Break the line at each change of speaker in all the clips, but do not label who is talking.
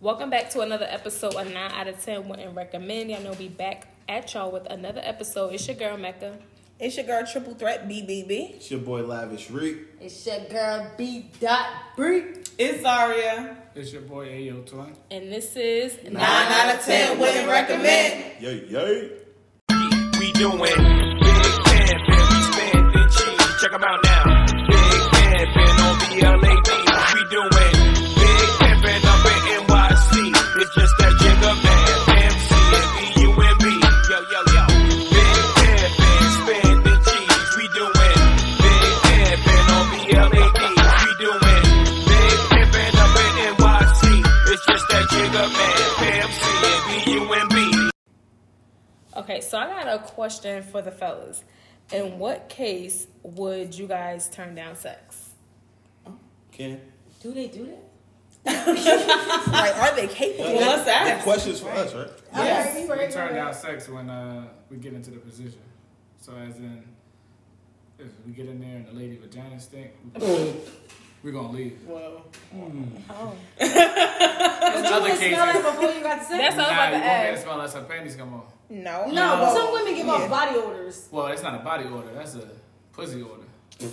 Welcome back to another episode of 9 out of 10 Wouldn't Recommend. Y'all know we back at y'all with another episode. It's your girl, Mecca.
It's your girl Triple Threat BBB.
It's your boy Lavish Reek.
It's your girl B. Dot Bree.
It's Zaria.
It's your boy Ayo Twin.
And this is
Nine out of ten wouldn't recommend.
Yay, yay.
we doing. Big camping, we spending cheese. Check 'em out now. Big camping on BLAD, we doing. Big camping up in NYC. It's just that jigger man, MC and B-U-M-B. Yo, yo, yo. Big camping, spending cheese, we doing. Big camping on BLAD, we doing. Big camping up in NYC. It's just that jigger man, MC and B-U-M-B.
Okay, so I got a question for the fellas. In what case would you guys turn down sex?
Ken.
Do they do that?
Like, are they capable?
Well,
let's ask.
Questions for us, right?
Yes.
We turn down sex when uh, we get into the position. So as in, if we get in there and the lady vagina stink, we're gonna leave.
But you
other
can smell
cases.
it before you got
That's
sex.
what I was about to
you
ask.
smell like her panties come off.
No.
No, some women give off body odors.
Well, that's not a body order. That's a pussy order.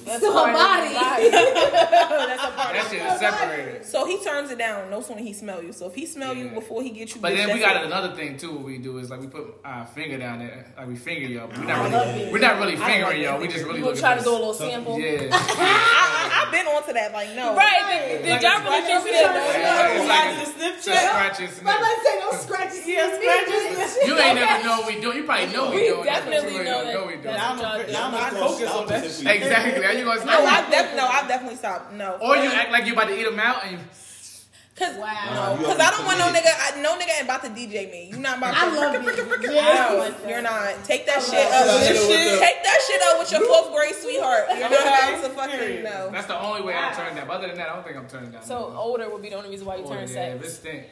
That's so her body.
Oh,
That shit is separated.
So he turns it down no sooner he smell you. So if he smell you
Yeah.
before he get you,
But
bitch,
then we
that's
got
it.
another thing too. What we do is like we put our finger down there, like we finger y'all. But we're not really, we're not really fingering y'all. We just really
You
look
gonna try to
at this.
do a little sample?
Yeah,
I, have been onto that. Like no.
Right, did, did y'all really just feel that?
it's like a- it's a scratch and
But
sniff.
let's say no scratches.
Yeah, scratches.
You ain't never know we do. You probably know we,
We
doing that, but you
definitely
ain't
know
never
that-
we doing
that
it.
I'm a-
Y'all
I'm
not
gonna focus
stop
on
us
that.
if we-
Exactly. Are you gonna
No,
stop?
I def- no, I definitely stopped. No.
Or you act like you about to eat them out and
Cause,
Wow.
you
Cause I don't want no nigga. I, no nigga ain't about to DJ me. You not about to.
I love
frickin-
it.
frickin- frickin-
Yeah.
No, you're not. Take that
love
shit
it.
up.
Yeah,
Take
nigga with the-
that shit up with your fourth grade sweetheart. You're not about to fucking
Period.
no.
That's the only way I turn that. Other than that, I don't think I'm turning down.
So
nothing.
older would be the only reason why you
Older,
turn
Oh, yeah, if
sex.
it's stink.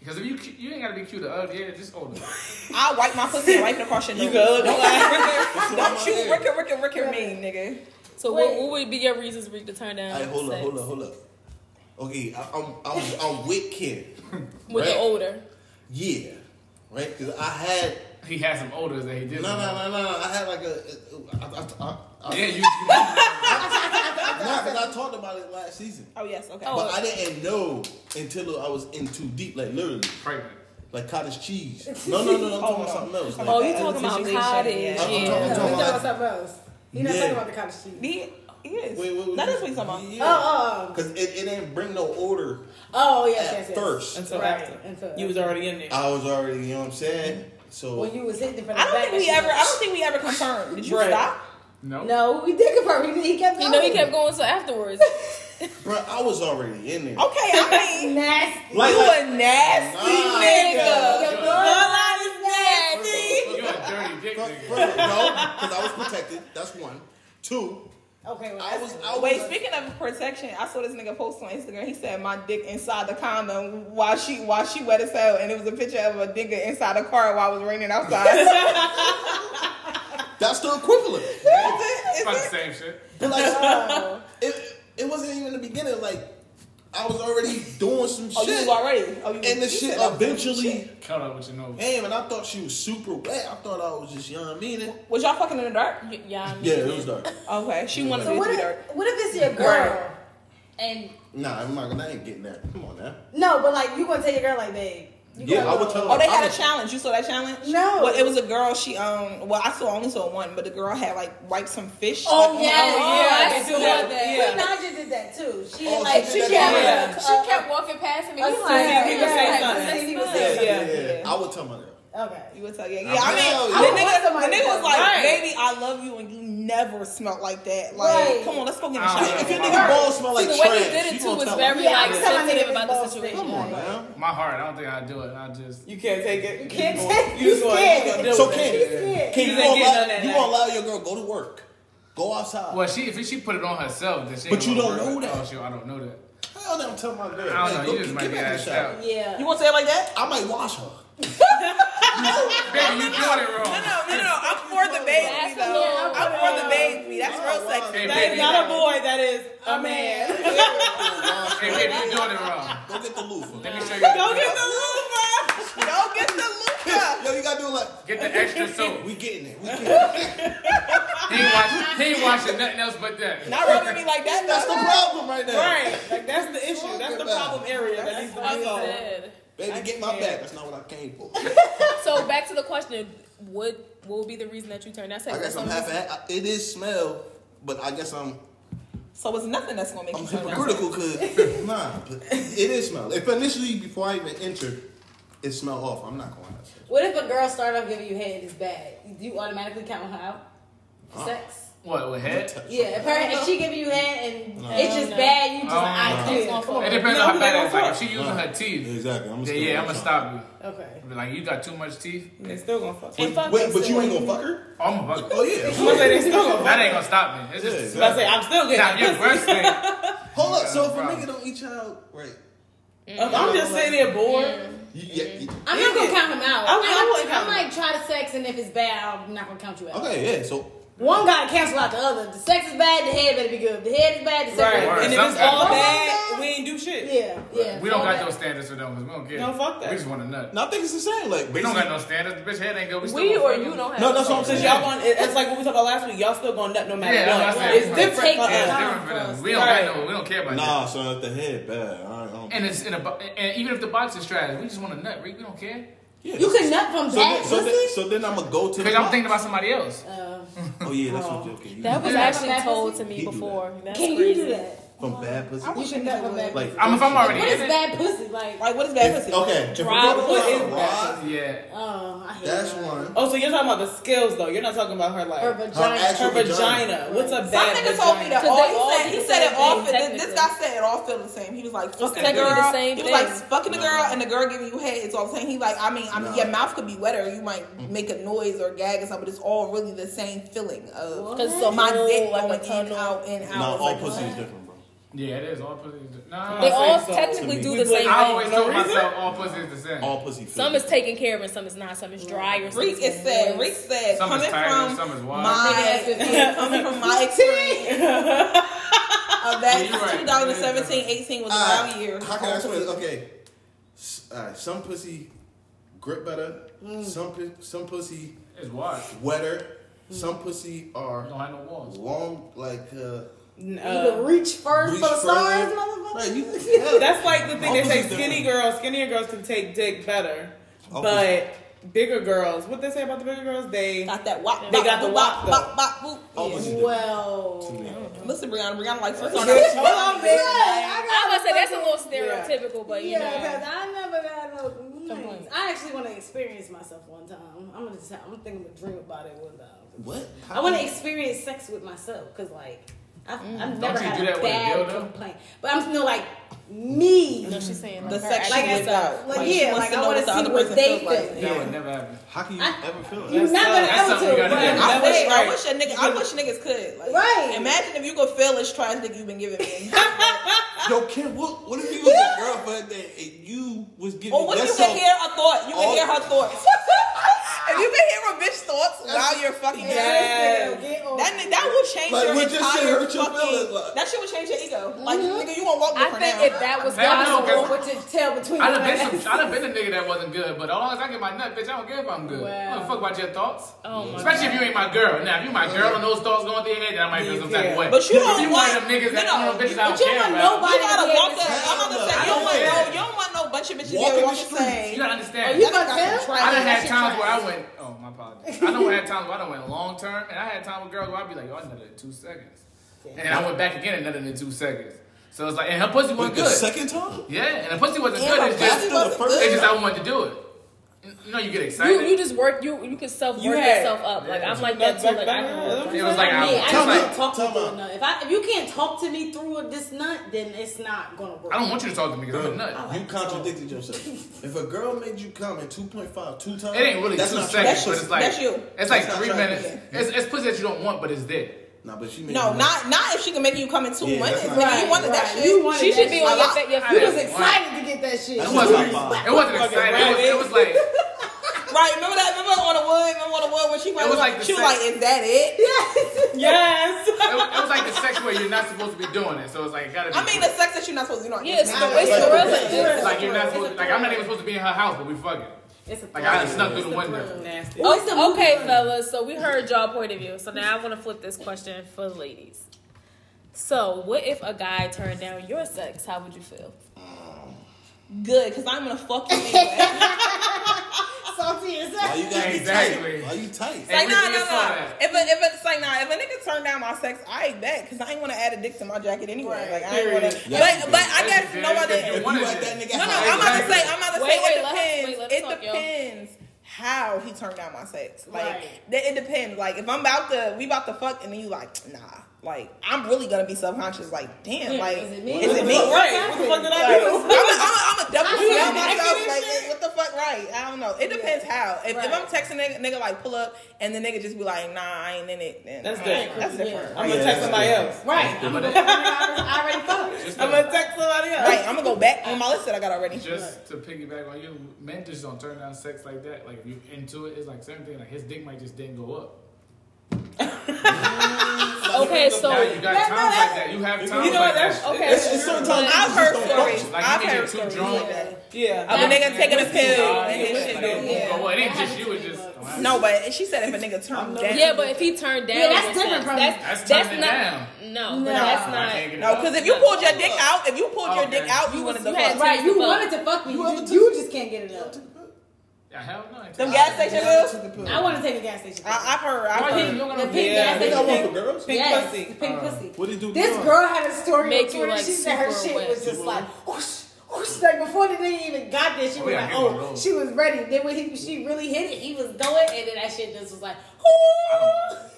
Because if you cu- you ain't gotta be cute or ugly, yeah, just older.
I wipe my pussy and wipe it across your nose. You go. Don't, don't you ricker ricker ricker me, nigga.
So what, what would be your reasons for you to turn down
Hey, hold up,
sex
hold up, hold up. Okay, I, I'm, I'm, I'm with Ken.
with the
Right.
older?
Yeah. Right? Because I had.
He had some olders that he did. Oh,
No, no, no, no. I had like a. I, I, I, I,
Yeah, you.
Nah, 'cause I talked about it last season.
Oh yes, okay.
Oh.
But I didn't know until I was in too deep, like literally,
pregnant.
like cottage cheese. No, no, no, I'm talking about something else. Like,
Oh, you
the
talking about
situation,
cottage?
yeah.
Yeah.
I'm- I'm
We're
talking-
talking about something else. You're not
Yeah.
talking about the cottage cheese.
He, he is.
Wait, wait, wait.
That is what he's talking about.
Yeah.
Oh, oh,
Cause it, it didn't bring no order
oh, yes, yes,
at
yes.
first.
until
Right,
after.
until-
you was already in there.
I was already, you know what I'm saying? So
When you was hitting from the
I don't
back,
think we
that's
ever. I don't think we ever confirmed. Did you
Right.
stop?
No.
No, we did confirm. He, he kept
You
going.
know he kept going so afterwards.
bro, I was already in there.
Okay, I mean,
Nasty.
you a nasty
Nah,
nigga.
nigga.
Your
Bloodline
blood
is nasty.
You a dirty dick
Bro,
nigga.
bro, no, because I was protected. That's one. Two,
Okay, well,
I was I
that's-
was
Wait, speaking of protection, I saw this nigga post on Instagram. He said my dick inside the condom while she while she wet as hell, and it was a picture of a nigga inside a car while it was raining outside.
That's the equivalent.
It's about the same shit.
But like it, it wasn't even the beginning. Like I was already doing some
oh, you
shit,
was already. Oh, you
and the
you
shit
said I was doing
eventually.
Cut up with your nose.
Damn, and I thought she was super wet. I thought I was just, you know what I mean? And-
Was y'all fucking in the dark?
Y- yeah, I mean,
Yeah, it was dark.
Okay, she wanted
So
it
what
to be
if,
dark.
what if it's your girl?
Right.
And
Nah, I'm not gonna. I ain't getting that. Come on now.
no, but like you gonna tell your girl like, babe. You
Yeah,
gonna
I
go-
would tell her.
Oh, they
I
had a
was-
challenge. You saw that challenge?
No.
Well, it was a girl. She um. Well, I saw only saw one, but the girl had like wiped some fish.
Oh
like,
yeah,
yeah,
yeah,
I do want
yeah. Naja did that too. She
Oh,
like
she
she
did
kept
that,
a-
She kept walking past me.
a-
He
a-
like,
yeah,
he was saying something.
Like, he was
Yeah,
saying
yeah, yeah,
Yeah.
I would tell my girl.
something.
You
Okay.
would tell, yeah, yeah. I
I'm
mean,
telling you.
the
I want
nigga,
somebody
the
to
nigga was
tell
like,
me.
"Baby, I love you, and you never smelled like that." Like,
Right.
come on, let's go get a
I don't
shot.
know.
If your
my
nigga
heart.
balls smell like
the
trash,
way he did it
you
too
gonna
was
tell
very
her.
Yeah,
like
I'm telling
sensitive
niggas
about the
balls
situation.
stink.
Come on, man.
My heart. I don't think I do it. I just.
You can't take it.
You can't take-
You
you
just gonna-
scared.
you gonna deal
So
with
Ken,
it.
scared.
Ken, you
You
gonna
ain't getting none
allow,
of
you
that.
gonna allow your girl go to work, go outside.
Well, she if she put it on herself, then she.
But
ain't
you
gonna
don't
worry
know
about-
that.
Oh, shit, I don't know that.
Hell, no, I'm telling my girl.
I don't
"Hey,
know.
go
you just
get-
might
get
be
back in the
asked
shower."
out.
Yeah.
You want to say it like that?
I might wash her.
Baby, you doing it wrong.
No, no, no. I'm for the baby,
That's
though.
a
I'm for the baby. That's real
Wow, wow.
sexy.
Hey,
That is
baby.
not a boy. That is a man.
I'm gonna wash
Hey,
her.
baby, you doing it wrong.
Go get the loofah.
Let me show
Go
you.
get the loofah. Go get the loofah.
Yo, you gotta do it like
Get the extra soap.
we getting it. We getting it.
He ain't, watch, he ain't watching nothing else but that.
Not rubbing me like that.
That's the
though.
problem right now.
Right. Like that's the issue. That's the problem area that needs to be solved.
Said.
Baby, get my back. That's not what I came for.
So back to the question: What what would be the reason that you turned down sex?
I guess I'm half. I- It is smell, but I guess I'm
So it's nothing that's gonna make
I'm
you turn around.
hypocritical because nah, but it is smell. If initially before I even enter, it smell off. I'm not going outside.
What if a girl started off giving you head is bad? Do you automatically count her out?
Huh?
Sex?
What, with head?
Yeah, if her if she giving you head and
No.
it's just
No.
bad, you just
Oh,
I
no.
do. Come on.
It depends
No, who
on how
they
bad it
gonna
is. Like, if
fuck?
she using her teeth,
Exactly. I'm
then yeah, I'm gonna stop you.
Okay.
I'll be like, you got too much teeth?
They still gonna fuck.
And fuck
Wait,
them,
but you
so-
ain't gonna fuck her?
Oh, I'm a fucker.
Oh yeah.
I'm gonna say they still gonna fuck.
That ain't gonna stop me. It's
Yeah,
just
exactly.
But I say I'm still getting.
Now,
that pussy.
your first thing.
Hold up. So if a
Problem.
nigga don't eat child, right?
If I'm just sitting there bored.
You, yeah, you-
I'm not gonna
Yeah.
count him out.
I
I'm,
would- I wouldn't
like,
count
I'm
him
like try to sex, and if it's bad, I'm not gonna count you out.
okay. Yeah. So
One gotta cancel out the other. If The sex is bad, the head better be good. If The head is bad, the sex.
Right.
Better
Word.
And if it's
Something
all
gotta be-
bad, we ain't do
be
shit.
good. Yeah, yeah.
We don't
all
got
that.
no standards for them because we don't care.
No, fuck that.
We just want a nut.
now I think it's the same. Like
We don't got no standards. The bitch head ain't good. We, still
We
gonna
or
fuck
you
her.
don't have.
No, that's what I'm
Since
saying.
y'all want, it- it's like what we talked about last week. Y'all still gonna nut no matter
Yeah,
what.
that's what I said.
It's different
Take
for us.
that.
Yeah, it's different for
Right.
them. We don't got no. We don't care about
Nah,
that.
son, if the head bad. I don't.
And it's in a. bo- And even if the box is trash, we just want a nut. We, we don't care.
yeah.
You can nut from
So
bad
then, so, then,
pussy.
so then I'm gonna go to. The
Because I'm
box.
thinking about somebody else.
Uh,
Oh yeah, that's what you're getting.
That was
Yeah.
actually told to
He
me
do that.
before. That's
can you
crazy.
do that?
from bad pussy.
You can nut from bad.
Like
I'm if I'm already
What
in
is
it.
bad pussy like?
Like what is bad
If,
pussy?
okay, if
Dry
we're going
pussy.
about raw,
Yeah.
Oh, I hate
that's
that.
one.
Oh, so you're talking about the skills though. You're not talking about her like
Her vagina.
actual-
her vagina.
vagina.
What's a
Some
bad
Some
vagina?
nigga told me that.
'Cause
All
they
he
all
said,
do
he
the
said it
same
all.
thing,
Fit, this, this guy
technically.
said it all feel the same. He was like fucking the
technically the
girl.
same
he was like
thing.
fucking the girl, and the girl giving you head. It's all the same. He like, I mean, I mean,
No.
your mouth could be wet, or you might make a noise or gag or something. But it's all really the same feeling of
'Cause it's a
my
hole,
dick
like a
going in
tunnel.
out in out.
Not
It's
all
like,
pussy is different, bro.
Yeah, it is. All pussy is the Nah.
They
I
all
so.
technically
To
do
me.
the same
always
thing.
told myself all pussy is the same.
All pussy. feels
Some is
different.
taken care of and some is not. Some is dry or some
Reek
is
is said.
moist.
Reek said
Some is
coming
tired,
from
some is wild.
my coming from my experience of that
Yeah, you right.
2017 18 was a
Alright,
wild year.
Ah, How can I explain? it? Okay, S- alright, some pussy grip better. Some pu- some pussy
It's wide.
wetter. Some pussy
You
are
don't have no walls.
long, like uh,
You
Uh,
can reach first
reach
for the stars,
further.
motherfucker.
Right, you-
That's like the thing they say:
Opposite
skinny girls, skinnier girls can take dick better, but
Opposite.
bigger girls. What they say about the bigger girls? They
Got that wop. Oh.
They
bop,
got the
bop,
wop,
bop, bop, boop.
Opposite different to
Well,
me.
Listen, Brianna. Brianna like first on
Bitch,
that.
hold on, bitch.
I was gonna say that's a little
Yeah.
stereotypical, but you
yeah, because
know.
I never got no
Complaints.
complaints. I actually want to experience myself one time. I'm gonna just, I'm thinking of a dream about it one time.
What?
I want to experience sex with myself because like I've,
Mm.
I've never
you
had
do
a
that with a
bad
dildo?
complaint, but I'm still like me.
No, she's saying
The
her
section
actual
is
self.
out.
Like,
Like, she
yeah,
wants
like I
to know
want
what
to
the
see
other
what
person
they
feels like.
feel.
That would never happen.
How can you
I-
ever feel
You're
that?
not gonna
that's something
ever do.
we
it.
gotta do.
I
That was
said,
right.
I wish a nigga, I wish niggas could. Like,
Right.
Imagine if you could feel as trash dick you've been giving me.
Yo, Kim, what, what if you was a girl for that and you was giving?
or what if
that
you can
song-
hear a thought? You can
Oh.
hear her thoughts. if you can hear a bitch thoughts while you're fucking,
Yes.
Get over it.
that ni- that will change
Like,
your
what just shit
entire
hurt your feelings,
fucking.
like-
that shit will change your ego. Like nigga, you won't walk
I
different
think
now.
if that was
Hell no,
possible,
because-
what you tell between
I
your
done been
legs.
some, I done been a nigga that wasn't good, but as long as I get my nut, bitch, I don't care if I'm good. I don't
Wow.
fuck about your thoughts.
Oh my
Especially if you ain't my girl. Now, if you my girl and those thoughts going through your head, then I might feel some type of way.
But you
if
don't
you
want-
one of them niggas that
no, no,
you know, bitches I
but
don't
you
care
want
about.
nobody-
you gotta
Yeah,
walk
but-
that. I'm gonna say you don't want no, you don't want no bunch of bitches
Walk in
that
the
walk the
streets.
same.
You gotta understand.
You gonna tell?
I done had times where I went, oh, my apologies. I done had times where I done went long term, and I had times with girls where I'd be like, yo, I nutted in two seconds. And I went back again and nutted in two seconds. So it's like, and her pussy
Like
wasn't
the
good.
second time?
Yeah, and her pussy wasn't
Yeah,
good.
but
It's
that's
just,
After
wasn't
the
good.
first
it's just I wanted to do it. You know, you get excited.
You you just work you you can self work
You had-
yourself up. Like I'm like that too.
Back-
Like
back-
I can
back-
work
It was like
Yeah,
I,
I
Tell
just
me.
can't talk to
Tell
me
me.
enough. If I if you can't talk to me through this nut, then it's not gonna work.
I don't want you to talk to me because I'm a nut.
You contradicted yourself. If a girl made you come in 2.5, two times,
It ain't really
that's
two
not
seconds,
That's
but
you.
it's like
That's you.
it's like
That's not
three
true.
minutes.
Yeah.
It's, it's pussy that you don't want, but it's there.
Nah, but she made
No,
you-
not not if she can make you come in two
Yeah,
minutes.
that's
Nigga,
not-
you wanted
Right,
that shit.
You wanted
She should
that
be
shit.
on your fa- your
I
You
feet.
was
Right.
excited to get that shit.
That's
It
just
wasn't.
my vibe.
It wasn't
Fucking
exciting. It was, it was like
Right, remember that? Remember on
on the wood. Remember on the wood when she went.
was like the
she was
sex-
like, "Is that it?" Yes. yes.
It, it was like the sex where you're not supposed to be doing it, so it's like it gotta be.
I mean, the sex that you're not supposed to do. not-
Yeah, it's the
not-
it's the
Like,
real-
like you're not supposed. Like I'm not even supposed to be in her house, but we fucking.
It's a
Like I
thrill.
just snuck through the
It's a
window.
thrill.
Oh, okay, fellas. So we heard y'all point of view. So now I want to flip this question for the ladies. So what if a guy turned down your sex? How would you feel?
good because I'm gonna fuck you anyway.
Salty as
Why
that.
you gotta
Exactly.
be tight? Why you tight?
Hey,
like,
we
nah, nah,
did saw
nah.
that.
If, a, if it's like, nah, if a nigga turn down my sex, I ain't that because I ain't want to add a dick to my jacket anyway. Like, I ain't want to.
Yes, you
But, but
did.
I
Yes,
guess
you
no
did.
other.
If
If
you
you
wanted
let
it.
that nigga
No, no,
hide,
I'm about to
Exactly.
say, I'm about to
Wait,
say,
wait,
it
let her-
depends.
wait, let her
it
talk, yo.
depends how he turned down my sex. Like,
Right.
that, it depends. Like, if I'm about to, we about to fuck, and then you like, nah. Like, I'm really gonna be subconscious. Like, damn, like,
is it me?
Is it me?
Right. What the fuck did I do?
I'm a, I'm a, I'm a double
I
sell
see that
myself.
extra
Like,
shit.
what the fuck, right? I don't know. It depends how. If,
Right.
if I'm texting a nigga, nigga, like pull up, and the nigga just be like, nah, I ain't in it. Then
That's
I
different.
ain't- That's different.
Yeah.
I'm
Yeah,
gonna text
that's
somebody
good.
else.
Right. I'm gonna- I already fucked.
Just
I'm
to,
gonna text somebody else.
Right. I'm gonna go back on my list that I got already.
just to piggyback on you, men just don't turn down sex like that. Like if you into it, it's like certain thing. Like his dick might just didn't go up.
Okay, so
Now you got times like that. You have times
You know
like that.
what? That's
okay.
That's
It's, it's sometimes
I've
you just
heard
don't
stories.
function.
Like
I've
you get
heard
too
stories
drunk.
like that.
Yeah.
Of a nigga taking a pill
Like,
and his shit.
it won't
didn't-
go- well, it ain't just you. It just
No, but she said if a nigga turned down.
yeah, but if he turned down,
Yeah, that's
your
different
sex,
from-
That's
that's that's,
turning
not.
it
No, but that's
I can't
not.
get it
No,
up.
because if you pulled your dick out, if you pulled your
Okay.
dick out, you wanted to
you had
fuck.
to-
Right. You wanted to fuck me. You, you just can't get it up.
Yeah, Hell no. it
Them
takes-
gas station girls.
I want to take a gas station.
I- I've heard. I've
Why
heard.
you you don't
the
gonna
pink
be
Yeah.
gas
They got
station.
one for girls?
Pink
yes,
pussy.
the pink pussy.
What do you do?
This
with
girl had a story
Make
on
you,
Twitter.
like,
she said her
super
shit
wet.
was just like whoosh, whoosh. Like before the nigga even got there, she
Oh,
was
yeah,
like,
I get one of
oh,
those.
she was ready. Then when he, she really hit it, he was going, and then that shit just was like,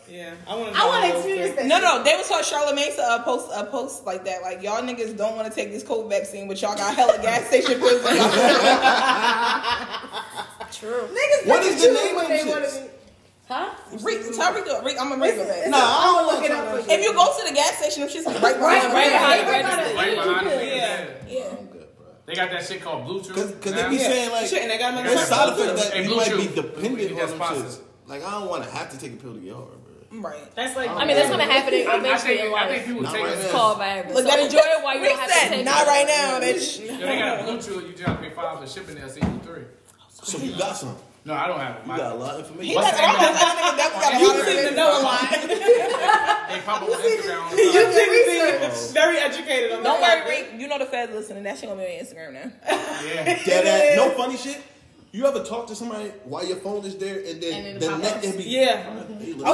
Yeah. I want to.
I want to experience that.
No,
shit.
no, they was told Charlotte Mason a post a post like that. Like y'all niggas don't want to take this COVID vaccine, but y'all got hella gas station pills.
True.
Niggas
What
get
is
to
the
choose
name
what
of
they
this?
wanna be. Huh?
Re- tell Rico, Rico, I'm gonna Rico that.
Nah, I don't like
Look it up for
Charlotte
you.
If you go to the gas station, them shit's right, right, right,
Right, right,
behind
right,
the
right,
Right
right.
behind the
Yeah.
yeah.
I'm good, bro.
They got that shit called
Cause,
Bluetooth.
'cause
now.
they be saying like,
Shit, and they got
It's
another.
side effect that
Hey,
you
Blue
might
Chew.
be
We
dependent
need
on
that
them
sponsor.
shits. Like I don't want to have to take a pill to get over, bro.
right.
That's like.
I mean, that's gonna happen
I, I
eventually in
think, I think
life.
people
Not
take
right
it.
now.
Called Viagra.
Look,
So
that enjoy it while
Rick
you don't have to
said,
take
not right
Not right now, bitch.
Yo, they got Bluetooth. You just gotta pay five for shipping that CD3.
So you got some.
No, I don't have it.
You
My,
got a lot of information.
What's
That's all
that?
that nigga that got a
You
lot of
seem to
shit.
know a lot.
They pop up on Instagram.
You seem to be very educated on
Don't
that.
worry, Rick. You know the feds listening. That shit gonna be on Instagram now.
Yeah.
Dead ass. No funny shit. You ever talk to somebody while your phone is there and then
And then
the
pop
next
up.
day be
Yeah.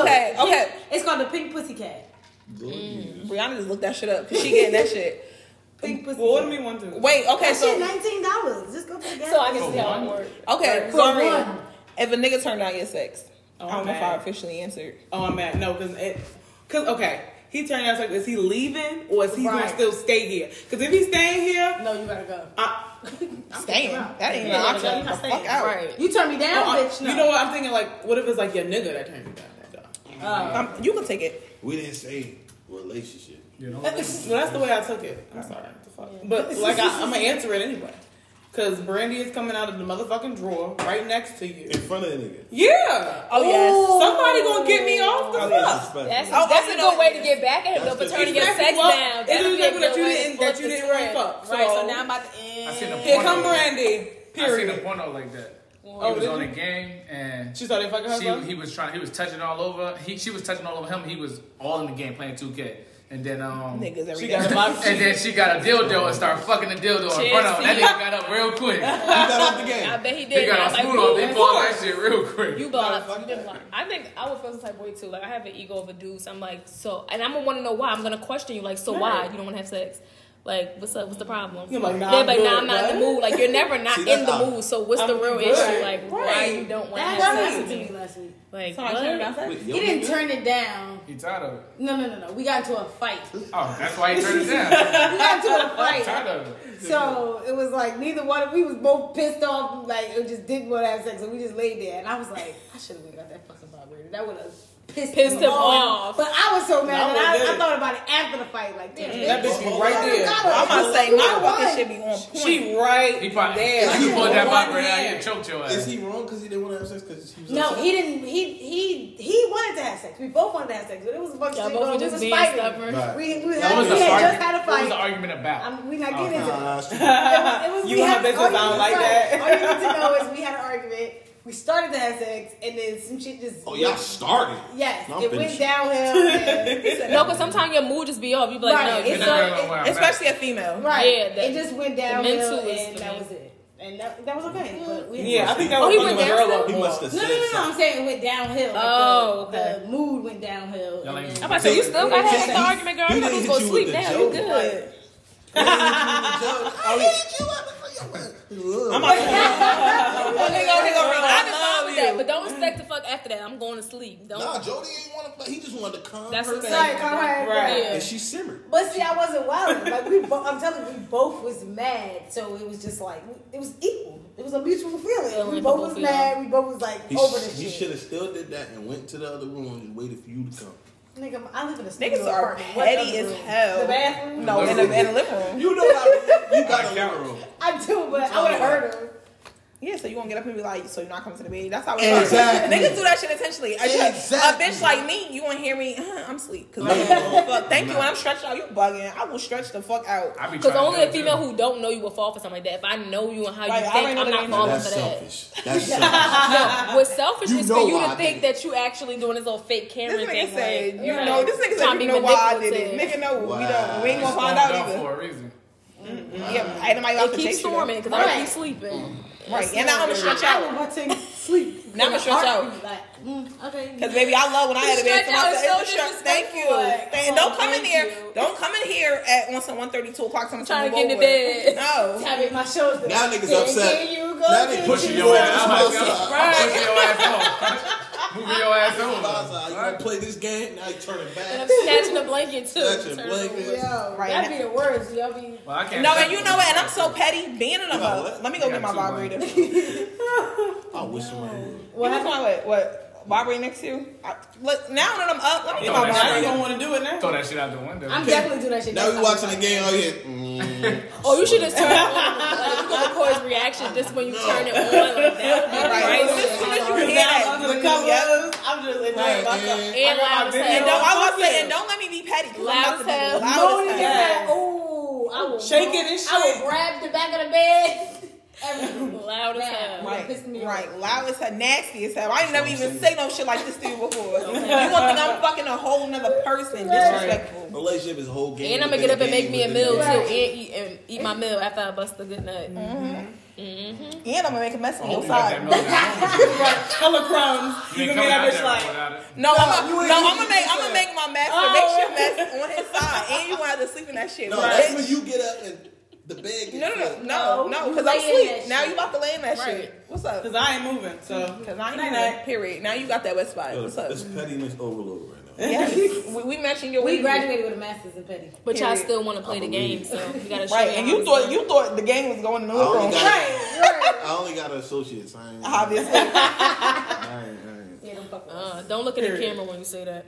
Okay, okay.
It's called the pink pussy cat.
Brianna just looked that shit up. 'cause She getting that shit.
Pink pussy.
Well, what do
cat.
we want to?
Wait, okay,
That shit
so
nineteen dollars. Just go to the gas.
I
station.
can see how it works.
okay,
For
sorry.
one.
If a nigga turned down your sex,
Oh,
I don't know if I
man.
officially answered.
Oh, I'm mad. No, because it, because okay, he turned out like, is he leaving or is he
Right.
gonna still stay here? Because if he's staying here,
No, you gotta go.
I,
Staying. That ain't an
Yeah,
option.
yeah,
Get the
yeah,
fuck out.
Right.
You turn me down,
oh, I-
bitch. No.
you know what I'm thinking? Like, what if it's like your nigga that turned you down? Though?
Oh.
Um, you can take it.
We didn't say relationship.
Mm.
You know.
well, that's the way I took it. I'm sorry. What the fuck? But like, I, I'm gonna answer it anyway. Cause Brandy is coming out of the motherfucking drawer right next to you.
In front of the nigga.
Yeah.
Oh yes.
Somebody gonna get me off the
That's
fuck.
disrespectful.
That's,
Oh,
that's
I
a
know
good way
it
to get back at him,
That's
though, for
the-
turning your
Exactly.
sex
Well,
down.
It's
That'd
the
be a
people that
good
you
way to
didn't
flip
that you
the
didn't want to
script.
fuck.
Right, so
So-
now I'm about to end.
I seen a
Here
porno.
come Brandy.
I seen
Period.
a porno like that.
Oh,
he was
did
on
you?
a game and
She started fucking herself.
she he was trying he was touching all over he she was touching all over him he was all in the game playing 2K and then um
Niggas every
She
day.
got a box.
and then she got a dildo and started fucking the dildo in front of him that nigga got up real quick
You got off the game.
I bet he
they
did.
got
I
a
was like,
spoon off
"Ooh,
they bought that shit real quick
You ball. I think I would feel some type of way too. Like I have an ego of a dude, so I'm like, so, and I'm gonna want to know why. I'm gonna question you, like, so why you don't want to have sex? Like, what's up? What's the problem?
You're like, nah,
They're
I'm
like, nah,
good.
I'm not in the
What?
mood. Like, you're never not
See,
in
that's
the
out.
mood. So what's the
I'm
real
good.
issue? Like, why
Right.
you don't want to
That
have sex?
happened to me last week.
Like,
Somebody turned
what?
down sex?
Wait, yo,
He didn't
nigga?
turn it down.
he tired of it
No, no, no, no. We got into a fight.
oh that's why he turned it down
We got into a
He
fight.
tired of it
So it was like neither one. of We was both pissed off. Like it just didn't want to have sex, and we just laid there. And I was like, I should have got that fucking vibrator. That would have pissed,
Pissed
him
him
off.
off.
But I was so
I
mad
would've
that
did
I, I
it.
thought about it after the fight. Like, damn, Oh
That bitch be right there.
I'm about to say, my
won.
fucking should be on point.
She right
He probably
there.
he pulled that
One
vibrator out
hand.
and choked your
Is
ass.
he wrong because he didn't want to have sex because she was
No,
upset?
he didn't. He he he wanted to have sex. We both wanted to have sex, but it was a bunch
Y'all
of shit
both
going
were just
on. we
being
was
stubborn.
Right.
fighting. We, we, we
What was the
had
argument?
just had a
What was the
fight.
argument about?
I'm, we not getting into
Nah, that's true.
that. It was, it was,
You
we
want
had,
bitches
all you
down
need to
like
know-
that?
All you need to know is we had an argument. We started to have sex, and then some shit just.
Oh, y'all started.
Yes,
I'm
it went
finished.
downhill. and-
No, because sometimes your mood just be off. You be like,
Right,
no,
it's
you're
And
not.
so-
then they're like, wow,
Especially a female.
right.
Yeah, that-
it just went
mental
downhill,
is
and
for
that
me. Mm-hmm.
was it. And that, that was okay. But we
Yeah, I think that
Oh,
was
he
fucking
went
the girl up
He
more.
must have
No,
said
no, no, no. I'm
something.
saying it went downhill. Like
Oh,
the,
okay.
the mood went downhill.
Y'all
and
ain't-
then-
I'm about to say, you still got
He
had
didn't
the argument, girl.
hit
I'm not
you
gonna go
with
sleep
the
now. You
joke.
good.
I'm not.
I love that, but don't expect the fuck after that. I'm going to sleep. Don't.
Nah, Jody ain't want to play. He just wanted to calm
That's
her
what I'm
down.
saying.
Right,
Right.
Yeah.
And she simmered.
But see, I wasn't wild. Like we, bo- I'm telling you, we both was mad. So it was just like it was equal. It was a mutual feeling.
Feeling
we
for
both
both
was
of y'all.
mad. We both was like
He,
over this
he
shit.
should have still did that and went to the other room and just waited for you to come.
Nigga, I live in a studio
Niggas are
apartment. What
petty
other
as
room?
hell.
The bathroom?
No, in the, in the living room.
You know what I mean? You got a room.
I do, but I would have heard her.
Yeah, so you won't get up and be like, so you're not coming to the bed. That's how it works.
Exactly.
Niggas do that shit intentionally. A,
Exactly.
a bitch like me, you won't hear me. "Uh, I'm asleep because I'm fuck. Thank you. When I'm stretched out, you bugging. I will stretch the fuck out.
I be
Because
trying to
only
do
a
it,
female
too.
who don't know you will fall for something like that. If I know you and how
Like,
you
I
think,
already know
I'm
that
not
ain't
falling
That's
for that.
selfish. That's selfish.
No, what's selfish
You
is
know
for you
why
to
I
think
did
that you actually doing this little fake camera
This
thing.
nigga said,
like,
you
right.
know, this nigga
Trying
said,
to
you
be
know why I did it.
manipulative.
Nigga, no, we
Wow.
don't. We ain't gonna find
Stormed
out
out
either.
for a reason.
Yeah, ain't nobody
It
off the
keeps
tissue, though.
storming because I keep sleeping.
Right, and now I'm gonna stretch
I would
out.
want to sleep.
Now I'ma stretch out.
Like, mm, okay.
Cause baby, I love when I had a bed for
Stretch out
myself.
is so
It's a stretch. Thank you.
disrespectful. Like,
Thank-
oh,
don't come in
thank
here.
you.
Don't come in here at once at 1.30, 2 o'clock. Someone
Trying to
move
get in bed.
over. No.
tapping my shoulders.
Now niggas
Here
upset.
you go,
Now they pushing
bitch.
Pushing
your
your ass. I'm
ass.
pushing your ass off. Moving your ass
Baza, You
over.
gonna play this game? Now you turning
And I'm
back.
snatching a blanket too.
Mm. Snatching
Turn
blankets.
around.
Yo,
Right.
that'd be the worst. Y'all be.
Well, I can't
No,
stop
and you know what? And I'm so petty. Being in a
You got
mother.
what?
Let me go
You
get my
got two
vibrator.
I wish someone would.
What happened? What? What? Vibrator next to you? I, look, now that I'm up, let me get
Throw
my
that
Now you
vibrator.
don't want to do it now.
Throw that shit out the window.
I'm definitely doing that shit.
Now we watching the game. Oh yeah. Mm.
Oh, you should just turn it on. Like, you gonna record his reaction just when you turn it on. Like, that would be
Right.
right.
As soon as you hear that,
Now I'm under the
boom, yep.
covers. I'm just enjoying
Right,
myself.
and-
And
I got
loud
my
as
video.
And
hell.
don't, I want to say,
Fuck
and don't let me be petty. 'cause I'm
Loud
about
as
to be
hell.
Loud as hell.
Oh, Ooh, I will
Shake it and
I
shit.
will grab the back of the bed. Everything.
Loud as hell.
Right.
Right,
Pissed me off.
right. Loud as hell, nasty as hell. I ain't never even say no shit like this to you before. You want to think I'm fucking a whole nother person? Disrespectful.
Relationship is a whole game.
And I'm gonna
within
get up and make
game
me a
within
meal too,
game.
and eat and eat my meal after I bust a good nut.
And I'm gonna make a mess on
You
your
got
side.
that milk down.
Hella crumbs.
You
You
ain't
can
coming
make
out
that bitch
there
like.
without it.
No, I'm gonna, no, I'm gonna make, I'm gonna make my master
Oh.
make your mess on his side, and you gonna have to sleep in that shit.
No,
right?
that's when you get up and the bed. Gets
no, no,
full.
no, no, no,
You
because
lay
I'm
in that
asleep. Now
shit.
you about to lay in that shit. What's up?
Cause I ain't moving, so
Because I ain't
Night,
doing
night.
that. Period. Now you got that wet spot.
Yo,
What's up?
It's pettiness overload right now.
Yes, we, we mentioned your.
We
weed.
graduated with a master's in petty.
But y'all
Period.
still want to play the game,
believe
so you gotta show
Right,
me
and
how
you
it's
thought
done.
you thought the game was going in the
I
living
only
room.
got-
Right,
I only got an associate sign.
Obviously.
I ain't, I ain't.
yeah, don't fuck with us.
Uh, don't look at the
Period.
camera when you say that.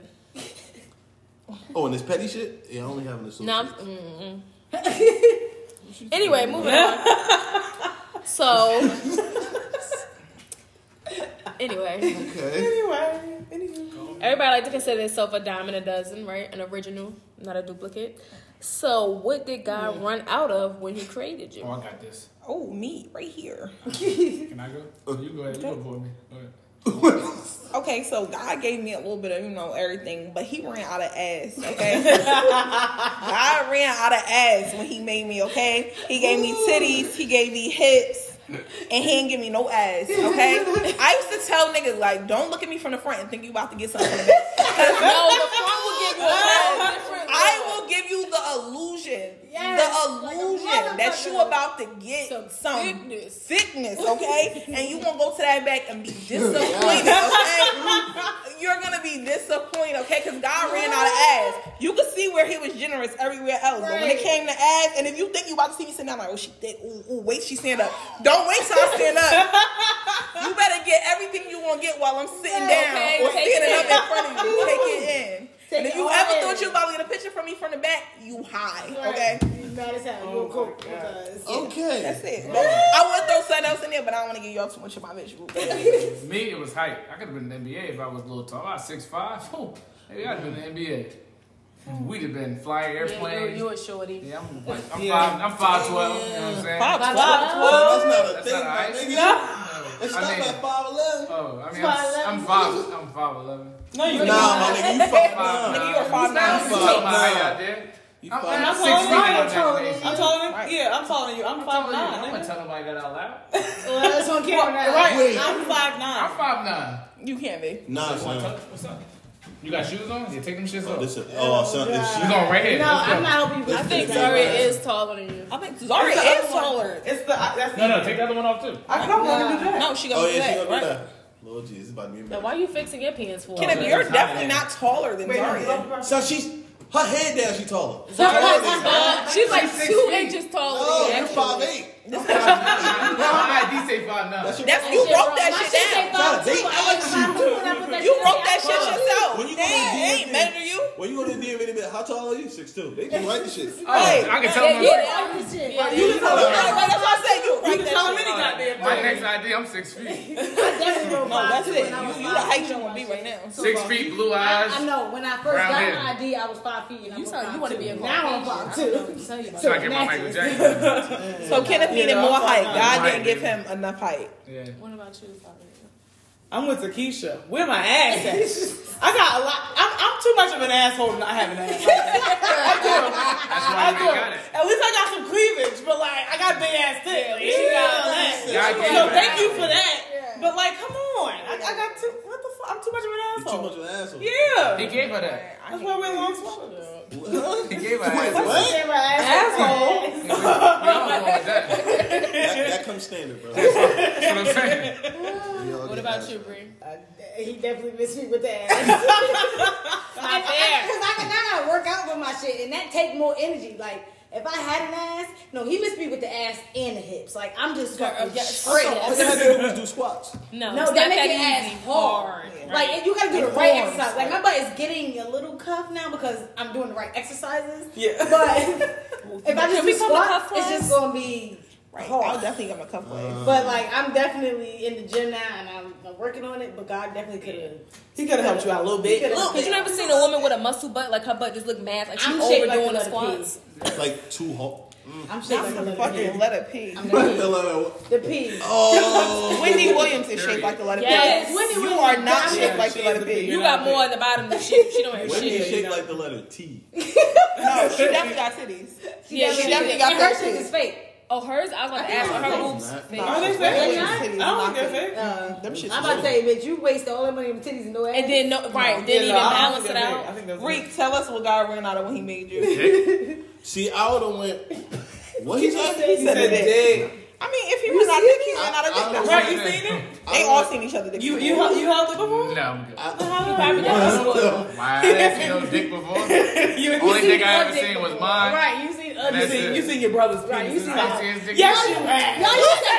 Oh, and this petty shit? Yeah, I only have an associate.
No. I'm, mm, mm. anyway, moving on. So. Anyway,
Okay.
anyway, anyway.
everybody like to consider themselves a dime and a dozen, right? An original, not a duplicate. So, what did God run out of when He created
Oh,
you?
I got this.
oh, me right here.
Can I go? Oh, you go ahead. You go for me. Go ahead.
Okay, so God gave me a little bit of you know everything, but He ran out of ass. Okay, God ran out of ass when He made me. Okay, He gave me titties, He gave me hips, and He didn't give me no ass. Okay, I used to tell niggas like, don't look at me from the front and think you about to get something.
No, the front will give you a lot of different.
I will give you the illusion,
Yes,
the
like a
illusion that you
motherfucker.
about to get
Some
some,
sickness.
sickness. okay? and you gonna go to that back and be disappointed, okay? you're gonna be disappointed, okay? Because God ran out of ass. You could see where He was generous everywhere else, but when it came to ass, and if you think you about to see me sitting down, like, oh, she did. Ooh, ooh, wait, she stand up. Don't wait till I stand up. you better get everything you want to get while I'm sitting down
okay,
or
take
standing
it
up in front of you. Take it in.
Take
and if
it
you
all
ever
in.
thought you about to get a picture from me from the back, you high, okay?
You mad as hell.
Oh
You'll cope with us.
Okay.
That's it. I would throw something else in there, but I don't want to give y'all too much of my visual.
Me, it was height. I could have been in the NBA if I was a little tall. I was 6'5. Oh, maybe I'd have been in the NBA. We'd have been flying
Yeah,
airplanes.
you, you a shorty.
Yeah, I'm like, I'm five, I'm five twelve. You know what I'm saying?
Five
Oh, That's not a
That's
thing,
not
my
ice.
nigga. It's
I
not
mean-
at five eleven.
Oh, I mean, I'm, I'm five, I'm five eleven.
No, you
Nah, my nigga, you fucked up.
Five, nine.
You are five nine.
I'm talking about height out there.
You
I'm,
fucked
I'm
up.
six feet in
I'm
my
taller
imagination.
I'm taller than yeah, I'm taller than you. I'm five
I'm
nine.
gonna
nigga.
tell nobody that out loud.
Well, that's on camera now.
Right,
Wait.
I'm five
I'm
nine.
five nine.
You can't be.
Nah, son.
What's up? You got shoes on? Yeah, take them shits off.
This is, oh, son. This
You going right here?
No,
Let's go.
I'm not helping you.
I think
That's
Zari
right.
is taller than you.
I think Zari is taller.
It's the I- that's
No, no, take the other one off too.
I don't want to do that.
No, she
Oh,
gonna do
yeah, she
that.
gonna do
Right?
that. Lord Jesus, it's about to be
Now,
embarrassing.
why you fixing your pants for?
Kenneth, you're
Zari.
definitely not taller than
Wait,
Zari.
no,
So she's, her head down, she taller.
She's like
She's six
two
feet.
inches taller.
Oh,
than you,
you're
actually.
five eight.
My ID say five nine.
That's your
That's you broke that
My
shit down.
say five
Gotta date
two. I was five two when I put that
You
shit
broke
in.
that shit yourself.
When you go
Damn,
to the
it ain't
DMV.
better than you.
When you go to the DMV, they be like, how tall are you? Six two. They do like the shit.
Oh, I can tell them.
Yeah,
Fuck this shit.
yeah.
You just
taller.
Right, right, that's what I said. You right there.
My next ID, I'm six feet.
I definitely broke
No,
mine,
that's
too,
it.
when I was
You, you the
five,
height
two,
you
and
want to be
shit.
right now.
Six feet, blue
I,
eyes.
I know. When I first
Brown
got
hair.
my ID, I was five feet. And
You
I'm
sound- you wanna be a
Now I'm five two.
Tell you about
Should I get my Michael Jackson?
So Kenneth needed
Yeah,
more
I'm
height.
fine.
God
Right,
didn't give
dude.
him enough height.
Yeah.
it. What about you? Bobby?
I'm with Takesha. Where my ass at? I got a lot. I'm, I'm too much of an asshole to not have an ass. I do.
That's why
I
you
do.
ain't got it.
At least I got some cleavage, but like I got big ass tits. Yeah,
got
so
cleavage.
thank you for that. But like, come on. I, I got too. What the fuck? I'm too much of an
You too
asshole.
much of an asshole.
Oh. Yeah.
He gave her that.
That's why I wear long sweaters.
He gave her
Wait,
that.
what?
Say my ass.
Asshole.
I'm going with that.
That,
That's
that comes standard, bro.
what I'm saying.
What about you, Bree?
Uh, He definitely missed me with the ass.
Not
Because I can now gotta work out with my shit, and that take more energy. Like if I had an ass, no, he missed me with the ass and the hips. Like I'm just fucking straight.
All they had to do was do squats.
No,
No,
it's
that
not
make
that
your ass
easy.
hard. Like and you gotta do the
It
right
forms,
exercise. Like my butt is getting a little cuff now because I'm doing the right exercises.
Yeah.
But if I just
we
do
come to
squats,
cuff
it's
lines?
just gonna be
Right. I'll
hard.
definitely get my cup later.
But like I'm definitely in the gym now and I'm, I'm working on it. But God definitely could have.
He could have helped you out a little bit.
Cause you never seen a woman with a muscle butt like her butt just look mad like she
I'm shaped like
overdoing
a
the
letter P.
squats.
Like two hot.
I'm shaped like a letter
Fucking
P.
let it pee.
I'm the
Oh,
P. The P.
Wendy Williams is shaped like the letter
Yes.
P.
Wendy
You
Williams
are not
dominant.
shaped like the letter
You
P.
got more at the bottom than she. She don't have
Wendy
shit.
is shaped like the letter T.
No, she definitely got titties.
Yeah,
She
she
definitely
did.
got
And her
that
shit
shit.
is fake. Oh, hers. I was about to ask her. Her boobs.
Not-
fake.
Are
Wendy
they fake?
Williams'
I
titties
I don't
locked
get
in.
fake.
Uh,
Them shits
I'm
is
about to
over.
say, bitch, you waste all that money on titties and no ass.
And then no, right? Didn't
Yeah,
even
no, I don't
balance it
think that's
out.
it. I think that's it.
Reek, tell us what God ran out of when He made you.
See, I would have went. What he
just
said?
He said
said
it.
I mean, if he was not dick, he ran out of dick.
I- I don't
That's
know.
right. You seen it?
I
They
don't
all
know.
seen each other dick.
You
before.
you held- you held it before?
No, I'm good.
You probably never
What
saw it.
the-
My ass ain't no dick before. Only dick I ever seen was mine.
Right? You seen other.
You
That's
seen,
it.
you seen your brother's penis.
Right, you seen
tonight.
my-
I seen his dick
Yes, you
before.
have.
Y'all used to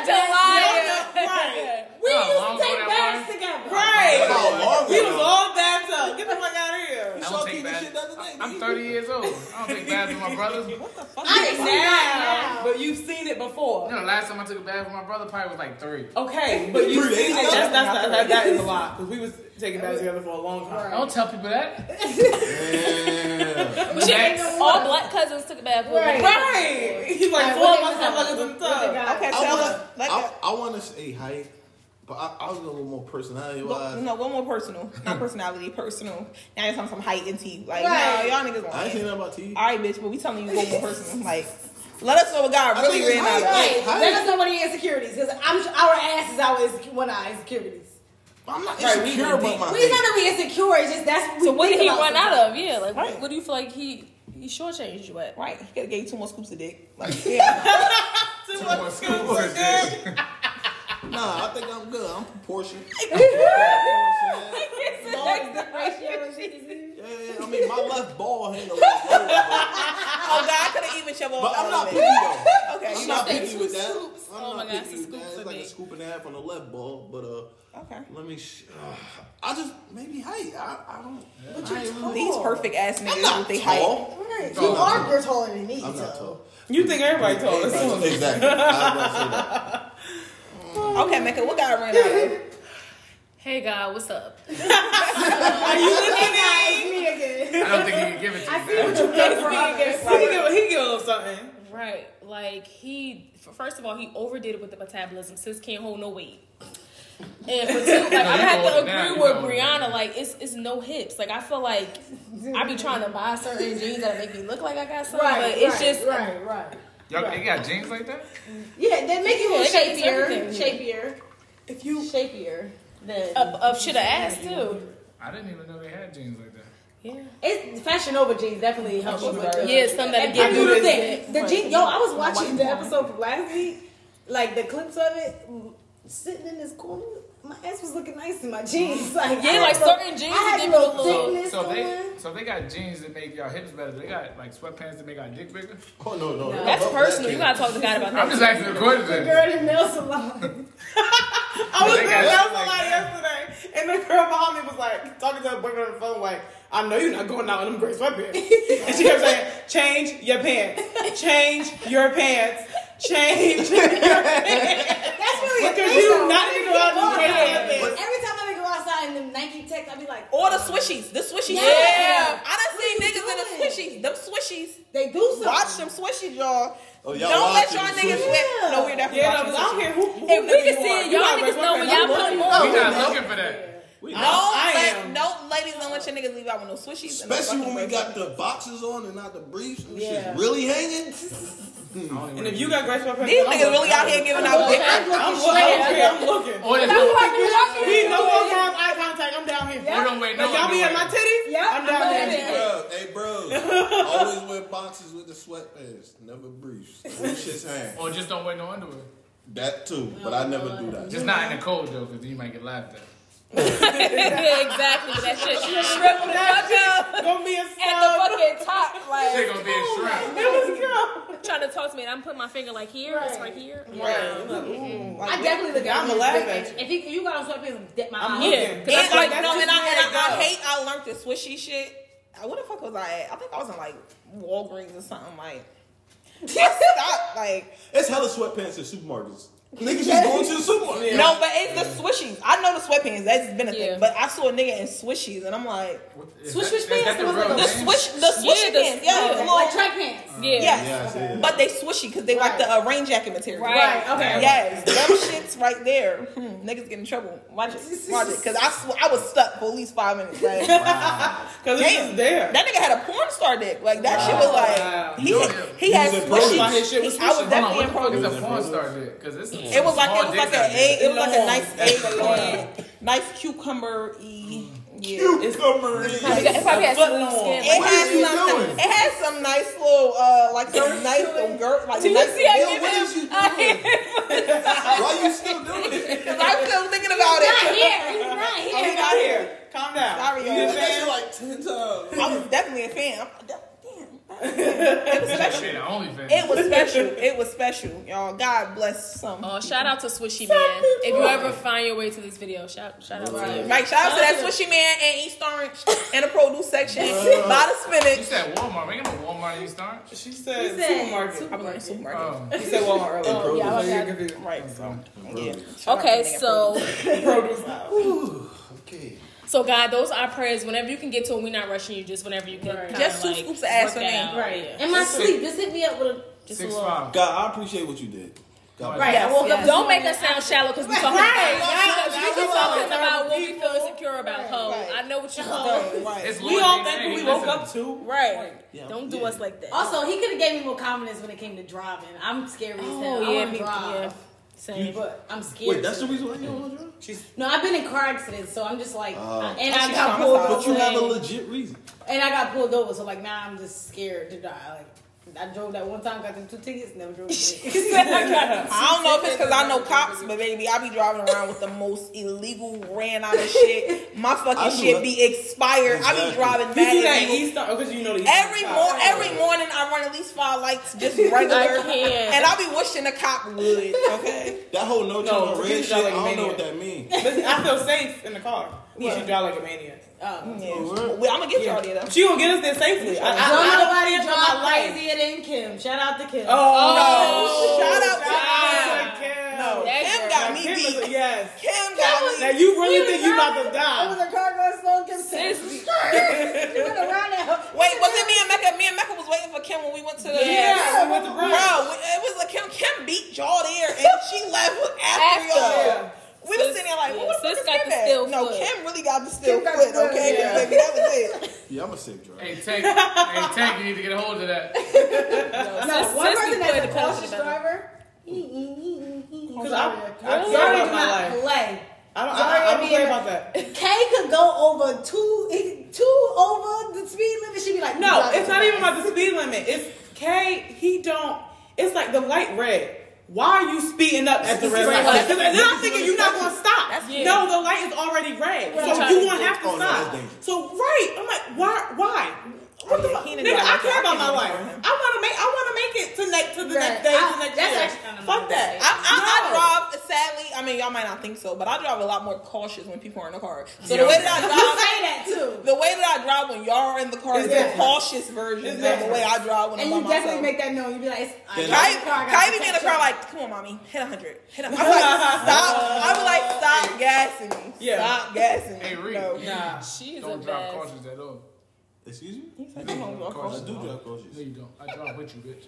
take
Right.
we
Oh,
used
I'm
to
going
take
that
baths
way.
together.
Right.
Oh,
He
Lord,
was
bro.
all backed up. Get the fuck out of here.
I
Y'all
don't take
keep this shit the other
baths.
day,
I'm
dude.
30 years old. I don't take baths with my brothers. You
I
didn't see that
now,
now.
but you've seen it before.
know, the last time I took a bath with my brother probably was like three.
Okay, but you've
Three
seen
days ago?
it. That's, that's, not- that, that is a lot. Because we was taking baths together for a long time.
Don't tell people that.
Yeah.
But shit, all black cousins took a bath. with
Right.
me.
Right. He's like,
Right,
four
what
of us
they
motherfuckers in
got? What
the
they
tub.
got?
Okay,
I
tell us.
wanna,
Like
I, I wanna say height, but I, I was a little more personality
that.
wise.
No, one more personal. Not personality, personal. Now you're talking some height and teeth. Like,
Right.
no, y'all niggas
I ain't
lying.
saying nothing about T.
All right, bitch, but we telling you one more personal. Like, let us know what God really
think it's
ran out of.
height.
Right. Let us know what the insecurities because I'm our ass is always one of our insecurities.
I'm not
Right, we
insecure
went
about
deep.
my
We
height.
not that we insecure. It's just that's
So what did he
think about
run out of? Yeah, like
Right.
what do you feel like he he shortchanged you at?
Right, he could have gave you two more scoops of dick. Like, yeah.
Two
Two
of
more
us
scoops
girls are
of
good.
Nah, I think I'm good. I'm proportioned.
Long as
Yeah, yeah, I mean, my left ball handle. is old, but,
Oh, God, I could have even shoveled
but I'm
all
not
of
picky
it.
though.
Okay.
I'm
she-
not
said
picky
two
with that.
scoops.
I'm
Oh
not
my God,
picky
it's a
with that.
scoop
It's
for
like a
me.
scoop and a half on the left ball, but uh,
Okay.
let me. Sh- uh, I just maybe height. I, I don't. I ain't really-
These perfect ass
I'm
niggas
not
with they height.
tall.
Right. You are you're taller than me.
I'm not
so.
tall.
You think everybody told us?
Exactly. exactly. I was about to say that.
Okay, Mecca, what guy ran out of?
Hey, God, what's up?
Hey guys, me again.
I don't think he can give it to
I
you.
see what you did for others.
He give, he give a little something.
Right. Like, he, first of all, he overdid it with the metabolism. Sis can't hold no weight. And for two, like, I
you
have to
older now,
agree
you
with
older
Brianna. Like, it's it's no hips. Like, I feel like I be trying to buy certain jeans that make me look like I got something, but
Right,
it's
right,
just
right, right.
Y'all, they got jeans like that?
Yeah, they make you
Yeah,
look
it makes
shapier,
everything.
shapier. If you shapier, then
of, of shit of ass too.
I didn't even know they had jeans like that.
Yeah.
It's fashion over jeans definitely helps you. Right?
Oh Yeah, some that
I
get
do the
you.
thing. The jeans. Yo, I was watching the episode from last week, like the clips of it, sitting in this corner. My ass was looking nice in my jeans. Like
Yeah,
I
like
had a-
certain jeans
I
that
had a
give
little
it a look.
thickness
So
going.
they, so they got jeans that make y'all hips better. They got like sweatpants that make our dick bigger.
Oh no, no, no.
That's personal. You gotta talk to God about that.
I'm just asking the question.
the girl in nail salon.
I was
They
there
got
that
like
somebody yesterday, and the girl behind me was like talking to her boyfriend on the phone, like, "I know you're not going out in them gray sweatpants," and she kept saying, "Change your pants, change your pants, change your pants,"
That's really a
because
thing.
you
though.
not to go out in them gray
Every
sweatpants.
time I go outside in them Nike Tech, I be like,
Or the swishies. The swishies.
Yeah.
I done seen
What you
niggas in the swishies. Them swishies.
they do something.
Watch them swishies, y'all.
Oh, y'all
Don't let
watching
y'all
the
niggas
swishies?
sweat. No, we're definitely
Yeah, no,
watching
'cause
the
I don't
swishies.
care who.
We
If
who
can
nigga you
see
are,
it.
you
Y'all
are
niggas know when
sweatpants.
y'all
I'm
putting
with
We
more.
not
no.
looking for that.
We
Don't
not.
I
let
am.
don't ladies don't let your niggas leave out with no swishies. and no
Especially
fucking
when we
gray
got the boxes on and not the briefs. And yeah.
Yeah.
shit's really hanging.
And if you got gray sweatpants,
These
I'm
niggas really
looking.
out here giving out dick.
I'm looking
I'm,
straight at
looking.
them.
I'm looking.
Or they
We no longer have eye contact. I'm down here.
They don't wait. No,
Like, y'all be
no
at my
wait.
titties?
Yeah,
I'm
I'm
down
over
there.
there.
Bro, hey, bro. Always wear boxes with the sweatpants, never briefs. Them shit's hang.
Or just don't wear no underwear.
That too, but I never do that.
Just not in the cold though, because you might get laughed at.
yeah, exactly. But that shit. She just ripped the fuck up
Gonna be a
at the
sub.
fucking top,
Shit
like
gonna be a
Oh,
shrimp.
trying to talk to me, and I'm putting my finger like here, it's right here.
I definitely look at
I'ma
them
laugh
straight
at
you. If you, you got on sweatpants, dip my eyes.
I'm
Yeah,
looking.
because
And
I feel
like
like
no, and
that's
I,
just
and
my
I, I
go.
hate I learned the swishy shit. I, where the fuck was I at? I think I was in like Walgreens or something like. I stopped like
It's hella sweatpants in supermarkets. Niggas just going to the supermarket.
no, but it's the swishies. I know the sweatpants. That's been a thing.
Yeah.
But I saw a nigga in swishies, and I'm like,
Swish swish pants. The
the
real name?
swish, the swishy
the-
pants, yeah, the
yeah.
little-
Oh, Like track pants.
Yeah.
yes.
yeah.
But they swishy because they like the uh, rain jacket material.
Right.
Okay.
Yes, them shits right there. Hmm, niggas get in trouble. Watch it, watch it, because I sw- I was stuck for at least five minutes. Like,
Because it's
Damn.
there.
That nigga had a porn star dick. Like that shit was
Wow.
like he he, had
He was
squishy.
in Brooklyn.
His shit was
I was
squishy.
definitely
Hold
in
on, what the
Brooklyn.
fuck is a porn star dick? Because it's
It was like it
small
was
dicks
like an
out
egg.
there.
It was like a
Long.
nice egg, like nice cucumber y. Yeah.
Cucumber.
It got- it probably has
Foot
smooth
long.
skin.
It
Like,
What are you
had something.
doing?
It had some nice little, uh, like some nice little girl, like
do you
nice
see I
little.
give
what
him-
is you doing?
I give
Why you still doing it?
Cause I'm still thinking about
Not
it.
here. He's not here.
He's out Oh, here. Calm down.
Sorry,
You
y'all.
That
understand?
shit like ten times.
I was definitely a fan. I'm- Damn, it was
That
special.
shit, OnlyFans.
It was special. It was special, y'all. God bless some.
Oh, shout out to Swishy Man. If you ever find your way to this video, shout shout out to you.
Mike, shout out to that Swishy Man and East Orange and the produce section. Buy the
You
spinach.
said Walmart. Ain't no Walmart in East Orange.
She said,
He said
supermarket.
I'm in the supermarket.
Oh,
He said Walmart earlier.
Bro,
So
this-
you're confused.
Oh, Right, so yeah. Shout out to
Okay,
the nigga
so
Produce aisle.
Okay.
so God, those are prayers. Whenever you can get to them, we're not rushing you. Just whenever you can, kinda,
Just two
like,
scoops of ass
work
for me.
out.
Right. In my sleep, just hit me up with a.
Just a
six
little.
five.
God, I appreciate what you did. God
Right. I woke up.
Don't make us sound shallow because we talking
Right,
about because we talking about what we feel insecure about. Ho, I know what you
Pro-
want.
Right.
It's
We
Lord
all
Day
think
Day.
we woke
Listen,
up to.
Right. Don't do
yeah.
us like that.
Also, he could have gave me more confidence when it came to driving. I'm scared as hell.
oh
I
yeah,
wanna
be- yeah.
drive,
Same.
but I'm scared.
Wait, that's the reason why you don't want to drive?
No, I've been in car accidents, so I'm just like,
Oh.
and I
she's
got
traumatized.
pulled
But you have a
over,
legit reason.
and I got pulled over, so like now I'm just scared to die. Like I drove that one time, got them two tickets, never drove again.
I don't know if it's because I know cops, but baby, I be driving around with the most illegal, ran out of shit. My
I
fucking
do
shit
that.
be expired. I be
Exactly.
driving
You do
mad
that
illegal.
Easter because you know the
Every
Easter
mor-
side.
every morning, I run at least five lights, just regular,
I can't.
and I be wishing a cop would. Okay,
That whole no turn
No,
red
you
shit,
sound
I
like a
don't know
maniac.
what that means.
Listen, I feel safe in the car. You should drive like a maniac.
Um,
Oh,
well, I'm gonna get y'all there. though.
She gonna get us there safely. I, I,
Don't
I don't
nobody
fear for
drive
my life.
crazier than Kim. Shout out to Kim.
Oh,
Shout out to
Shout out to Kim. No,
Kim got me
Kim is a-
beat.
yes.
Kim got me.
Now you really think you about to die?
was a car going slow, Kim said, "Skirt." You went around that.
Wait, was it me and Mecca? Me and Mecca was waiting for Kim when we went to the.
Yeah, with the
Bro,
bride.
it was like Kim. Kim beat y'all there, and she left after,
After.
y'all. We were
Sis-
sitting there like, what
yeah,
the
sis
fuck is
got
Kim
the
at?
still
No,
foot.
Kim really got the still
got
foot.
the still,
Okay,
yeah.
baby, that was it.
yeah, I'm a safe driver.
Hey, Tank, hey, Tank, you need to get a hold of that.
No, one
Sis be playing
person that's a
the penalty
cautious
better.
driver.
Cause
Because
I, I care
Zari do
about my
not
life.
play.
I don't. I, I, I
Zari
don't
be
care
in-
about that.
Kay could go over two, he- two over the speed limit. She'd be like,
No,
"Drive
it's
it."
not even about the speed limit. It's K. He don't. It's like the light red. Why are you speeding up at the red light?
Right.
Because then I'm thinking you're not gonna stop.
Yeah.
No, the light is already red,
Right.
so you gonna have to
Oh, no, that's
stop.
dangerous.
So right, I'm like, why? Why? What the
Yeah,
fuck?
he
Nigga,
done got
I
like
care
that.
about my
I
life.
can't even
I wanna make. I wanna make it to next to the
Right.
next day,
I-
to the next
that's
year.
actually not a
Fuck that.
I,
No.
I, I drive, sadly, I mean, y'all might not think so, but I drive a lot more cautious when people are in the car. So the way that I
You
drive.
say that too.
The way that I drive when y'all are in the car is the
different.
cautious version of the
different.
way I drive when
And
I'm
you
by
definitely
myself.
make that known. You'd be like, it's, I
Can
got
Kai,
I-
the car, I got
Kai be
the
in the
picture.
car like, come on, mommy, hit a hundred, hit a. I'm like, stop. I be like, stop gassing me.
uh, Yeah.
Stop gassing me.
Hey, Reed.
No.
Nah.
She's a
Don't drive
badass.
cautious at all.
Excuse me?
He's like, I don't know.
I do drive cautious.
No, you don't. I drive with you, bitch.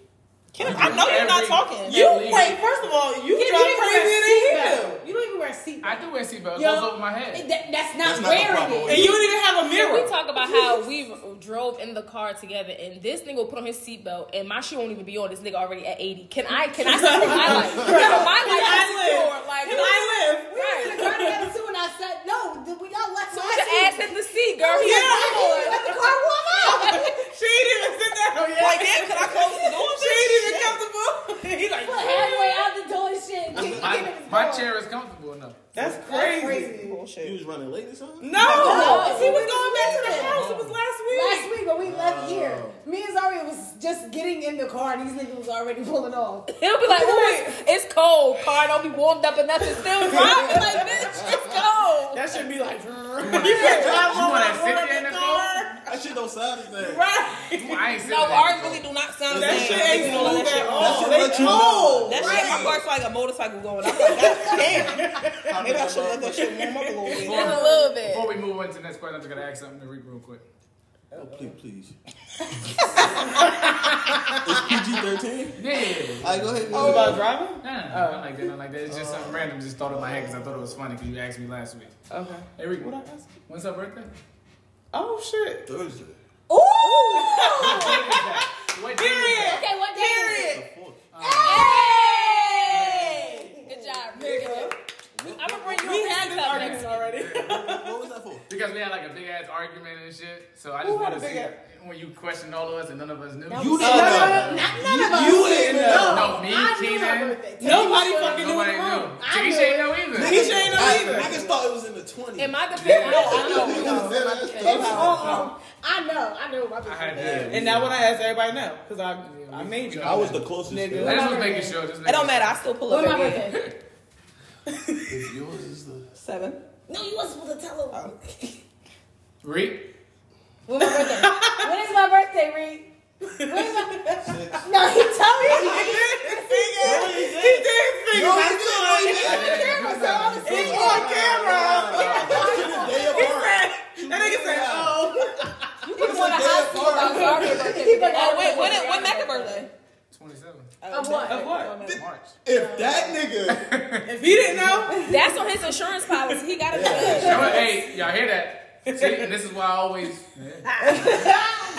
Kim, I know you're not
Every-
talking.
You
Illegal.
wait. First of all, you
You
drive
don't even wear
crazier than he
a
do,
seatbelt. You don't even wear a seatbelt.
I do wear seatbelts. It
Yo.
goes over my head.
That- that's not
That's not the
wearing
problem.
it.
and you don't even have a
Can
mirror.
we talk about how we drove in the car together and this nigga will put on his seatbelt and my shoe won't even be on. This nigga already at 80. Can I, can I secure my life? Can my
Can
life
I
is
live?
secure? Like,
Can I live?
We were in the car together too, and I said, no, did we all let
so
my
put your ass in the seat, girl.
Yeah,
He's
let the car warm up.
She ain't even sit down yet.
Like, damn, could I close the door?
she ain't even comfortable. he like,
Put halfway out the door and shit. and kick- kick
My,
it in
my
the door.
chair is comfortable enough.
that's
That's
crazy.
You
Bullshit.
was running late or something?
No,
No.
he was going back to the house. It was last week.
Last week when we left here, me and Zaria was just getting in the car, and these niggas was already pulling off.
He'll be like, oh, it's, it's cold. Car don't be warmed up enough. It's still dry. I'm like, bitch, it's cold.
That should be like, you can't
You
drive
want to
over
sit there in the car?
That shit don't sound the same.
Right.
I ain't sitting
No,
in the
ours
car.
really do not sound the
That
same.
shit
I
ain't
think all
smooth
that
at
shit-
all.
That shit
They
let you know.
cold.
That shit, my car's like a motorcycle going. I'm like, God damn. Maybe I should let that shit warm up a little bit.
In a little bit.
Before we move on to the next question, I'm just going to ask something to Reed real quick.
Oh, please, please. it's PG-13?
Yeah, yeah, yeah, yeah.
All right, go ahead.
Oh, about driving?
Nah, nah, not like that, not like that. It's just something random just thought in my head because I thought it was funny because you asked me last week.
Okay.
Hey, Reed,
What I ask?
when's her birthday?
Oh, shit.
Thursday.
What day is that?
Okay, what day?
The fourth.
Hey! Good job. Very good. I'm gonna bring you
We
a
had
pizza
this
cup
argument
next-
already.
What was that for?
Because we had like a big ass argument and shit. So I
Who
just
had
wanted
a
to
big
see
ass-
when you questioned all of us and none of us knew.
You didn't
Uh,
know.
Not none of us.
You didn't know.
no,
I knew
me,
her
Keenan,
birthday.
Nobody fucking knew
nobody
in the room.
knew.
I
Keisha ain't know either.
Keisha ain't
I-
know either.
Niggas thought it was in the 20s.
In my defense, I
You
don't know.
was dead ass
It was
Thursday.
all on. I know. I know.
I had
I
that.
And now when I ask everybody now, because I, I made you.
I was the closest.
I
Nigga.
just was making sure. Just
It don't matter. I still pull
What
up.
my
every day.
birthday?
If yours is the...
Seven.
No, you wasn't supposed to tell her.
Reed,
When my birthday? when is my birthday, Reed? When is my... No, he told me.
He did sing.
No,
I
he didn't.
saw
No,
it.
he didn't.
It's on camera.
That's the day of art.
That nigga said, oh.
You want to ask me about Zarya's birthday.
Oh wait, what? What Mecca birthday?
27.
Of what?
Of what?
March.
If that nigga...
If he didn't know,
That's on his insurance policy. He got to pay.
Y'all- hey, y'all hear that? See, and this is why I always.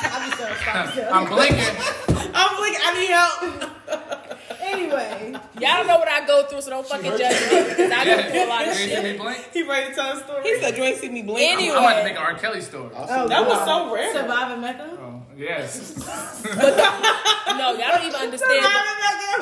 I'm blinking.
I'm like, I need help.
Anyway.
Y'all don't know what I go through, so don't fucking judge me. 'cause I go through a lot
You
of
ain't see
shit.
me blink?
He ready to tell a story.
He said, "You ain't see me blink."
I'm,
Anyway,
I'm about to make an R. Kelly story.
Oh,
that was so rare.
Surviving Mecca?
Oh, Yes.
No, y'all don't even understand.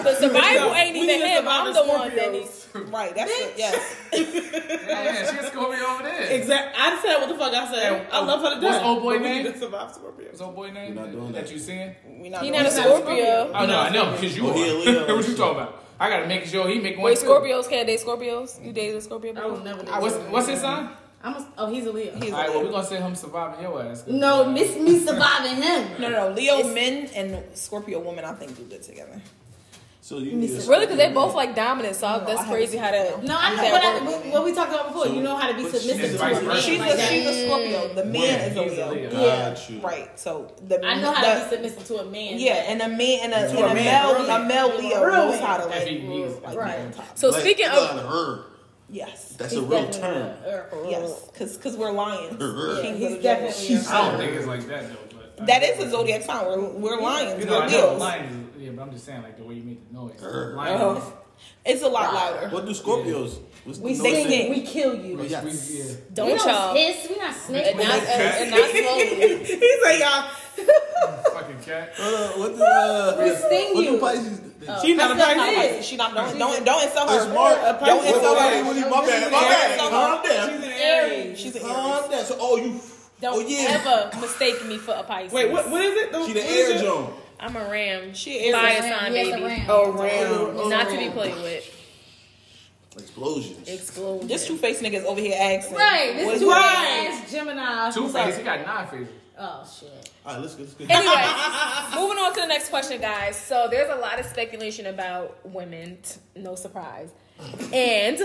The survival ain't even him. I'm the one that needs.
Right, that's it. Yes.
Yeah, she's gonna be over there.
Exactly. I said what the fuck I said. I love her to
What's
death.
old boy
But we
name?
need to survive Scorpio.
What's old boy name
We're not doing
that
that.
you seeing?
We not
He
doing
not a Scorpio.
Oh no, I know because you
Oh,
are.
he a Leo.
what you talking about? I gotta make sure he make one
Wait,
too.
Scorpios can't date Scorpios. You date a Scorpio?
I
before?
would never.
What's what's his sign?
I'm a, oh, he's a Leo.
that. He's
All right, well
a
we gonna say him surviving your ass.
no, miss me surviving him.
no, no, no. Leo men and Scorpio women, I think, do good together.
So you need a
Really, because they both like dominant. So that's
I
crazy how that.
No, I know
that
what, I,
works.
what- what we talked about before. you know how to be
but
submissive
she's
to
vice
a man.
versa.
She's
like
a
that.
she's a Scorpio. The man is a
He's a
Leo.
Leo.
Got you.
Right. So the
I know how
the-
to be submissive to a man.
Yeah, and a man and a, and
a
a,
man,
male
really.
a male Leo
Really.
knows how to
If
like
he needs it.
right.
So
Like,
speaking
you
of,
gotta err.
Yes.
that's a
He's
real
definitely
term.
a- er, a- a-
Yes, because because we're lions.
Yeah,
Kings
he's
of the jungle.
definitely a-
I don't think it's like that though. But uh,
That is a zodiac sign. We're, we're lions.
You know,
we're
I know
Leos.
lion is, yeah, but I'm just saying like the way you make the noise.
Err.
Lion is-
It's a lot louder.
What do Scorpios? What's
We
the
They
sing
noise
uh, sing.
it. We kill you.
in-
We
Yes.
we- yeah.
don't
don't
y'all
hiss. We not
and
snitching.
not, and, and not slowly.
He's like y'all.
Fucking cat.
Uh, what the? Uh,
We
what
sting
do
you.
Pisces? They-
Oh,
She not a
that's
Pisces.
not Pisces.
She not don't don't, don't insult
It's
her.
Mark.
Don't
Wait,
insult
wait,
her.
wait, wait, My bad. My bad.
Don't
Calm
She's
down.
an
Aries.
Aries.
She's an Aries.
Calm down. So, oh, you.
Don't
oh yeah.
ever mistake me for a Pisces.
Wait, what, what is it? The,
She
what
the
is
air
it?
Joan.
I'm a ram.
She is.
Fire
Yes,
sign,
yes,
baby.
around.
Oh. Around.
Not to be played with.
Oh. Explosions.
Explosion.
This two faced niggas over here asking.
Right. This
what's
two
wrong?
ass Gemini.
Two face. He got nine faces.
Oh shit.
All right, let's go. Let's go.
Anyway, moving on to the next question, guys. So there's a lot of speculation about women. t- No surprise. And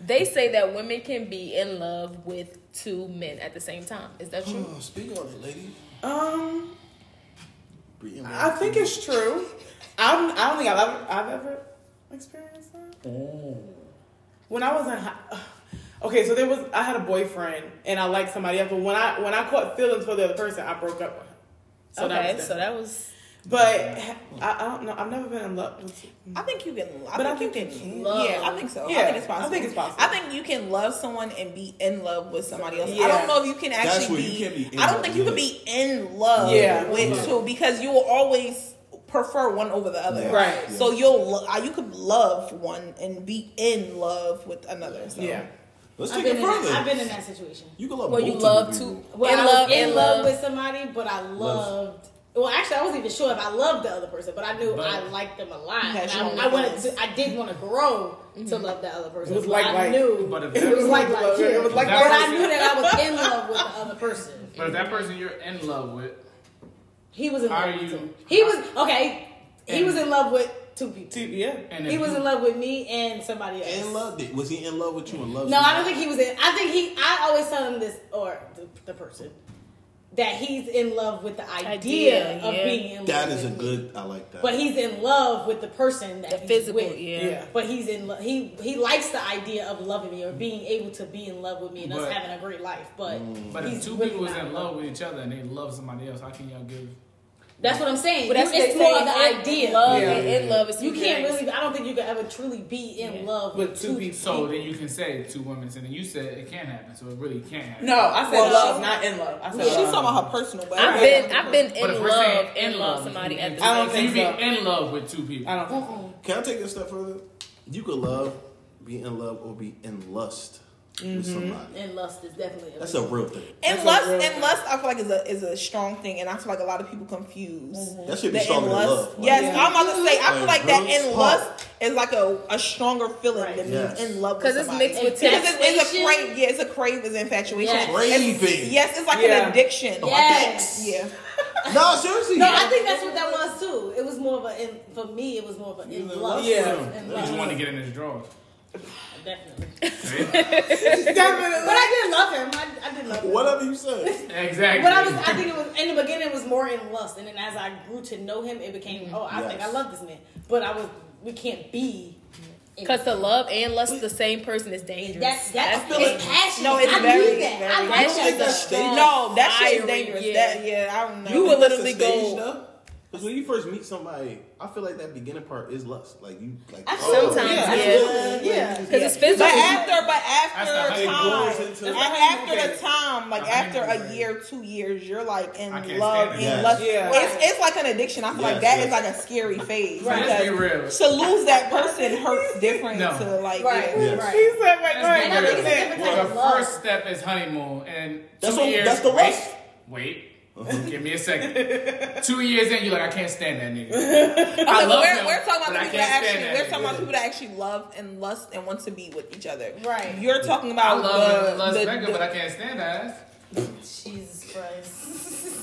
they say that women can be in love with two men at the same time. Is that true?
Oh, speak on it, lady.
Um,
Breathe in,
I
man.
think it's true. I'm, I don't think I've ever, I've ever experienced that. When I was in high, okay, so there was I had a boyfriend and I liked somebody else, but when I when I caught feelings for the other person, I broke up with him. So that
okay,
was
so
that.
that was
But I, I don't know. I've never been in love. with
I think you can. I
But I
think,
think
you
you
can.
can
love. Yeah,
love.
I think so. I
Yeah,
think it's possible.
I think it's possible.
I think you can love someone and be in love with somebody else. I
Yeah.
don't know if you can
That's
actually
where
be,
you can be in
I don't
love, Mm-hmm.
think you can
yeah.
be in love
Yeah.
with two because you will always prefer one over the other.
Yeah.
Right.
So you'll lo- uh, you could love one and be in love with another. So.
Yeah.
Let's
I've
take
been,
it
in that,
further.
I've been in that situation.
you can love.
well, you
multiple
love
people.
two
Well,
in
I
love,
was
in love.
with somebody, but I loved. Well, actually, I wasn't even sure if I loved the other person, but I knew I liked them a lot.
You had
And
your
I,
own Mm-hmm.
I wanted
feelings.
to. I did want to grow to love the other person.
It was
but
like,
I
like.
knew.
But if
it was like like.
It was like
but
that.
I knew that I was in love with the other person.
But if that person you're in love with,
He was in
How
love.
are
with
you-
two- He was okay. He was in love with two people.
Two- yeah.
and if
He was
you-
in love with me and somebody else.
In love, did- was he in love with you? In love?
No, I don't think he was in. I think he. I always tell him this, or the, the person, that he's in love with the idea,
Idea,
of
yeah.
being in love.
That is a
with me.
good. I like that.
But he's in love with the person that
the
he's
physical,
with.
yeah.
Yeah.
But he's in love. He he likes the idea of loving me or
Mm.
being able to be in love with me and us
But-
having a great life. But
Mm.
But if
he's
two
really
people was
not
in love with each other and they love somebody else, how can y'all give?
That's what I'm saying.
But that's
You-
what
it's
they
more
say,
of the
in
idea.
Love
Yeah.
and in love is
You
two
can't
things.
really. I don't think you can ever truly be in
Yeah.
love with,
With two people.
So then you can say two women, and then you said it can't happen, so it really can't happen.
No, I said
Well,
love,
she-
not in love. I said
She's
love.
talking about her personal. But
I've been I've been
But if
in
we're
love
saying
in love somebody at the
I
same
don't
time.
so you
think
be
so.
in love with two people.
I don't think so.
Can I take it a step further? You could love, be in love, or be in lust
Mm-hmm.
with somebody.
and lust is definitely.
That's a real thing.
And
That's
lust,
a real
and lust, I feel like is a is a strong thing, and I feel like a lot of people confuse
That should
the
be
in
stronger than
lust.
love.
Yes,
Yeah.
I'm about to say. I feel like
Like,
that
real
in
talk.
lust is like a, a stronger feeling than
Yes.
being in love
Because
because
it's mixed with
Because
text.
it's, it's a
Infatuation.
crave. Yeah, it's a crave. It's infatuation.
Yes.
Craving. Oh,
It's, yes, it's like
Yeah.
an addiction.
Yes.
Yeah.
No, seriously.
No, I think that's what that was too. It was more of a in, for me. It was more of a in love.
Yeah.
in
You just
love.
want to get in this drawer.
definitely. But
Definitely.
I did love him. I, I did love him.
Whatever you say.
exactly.
But I was, I think it was in the beginning it was more in lust, and then as I grew to know him, it became oh I think I
Yes.
love this man, but I was we can't be in-
Because to love and lust the same person is dangerous.
That's that's
the-
it's passion.
No, it's
I
very,
need that.
very-
I
That
like
shit's a
that.
that's
strong
No, that shit is
fiery,
dangerous.
yeah.
That yeah, I don't know.
You would
That's a
literally go-
stage, though. Because when you first meet somebody, I feel like that beginning part is lust. Like you, like oh,
Sometimes, yeah.
Yeah.
Because it's physical.
But after, but
That's the
after
honeymoon.
time,
It's the
like
honeymoon
after the
phase.
time, like
The
after
honeymoon
a
phase.
year, two years, you're like in
I can't
love
stand
and
it.
Yes.
lust.
Yeah.
It's, it's like an addiction. I feel like
Yes,
that
yes.
is like a scary phase
Let's be
because
real.
to lose that person hurts different
No.
to like
Right,
Yes.
He
right.
said, wait,
Let's
wait,
be
And I
real.
think it's a different
Well,
type
the
of love.
first step is honeymoon, and
That's
two
what-
years.
that's the
wait,
lust.
wait. Give me a second. two years in, you're like, I can't stand that nigga. I love
we're,
him,
we're talking about
but I
people
can't
that
stand
actually
that
we're
nigga.
talking about people that actually love and lust and want to be with each other.
Right.
You're talking
I
about
love
the,
him, Las
the-
Vegas,
the-
but I can't stand that.
Jesus Christ.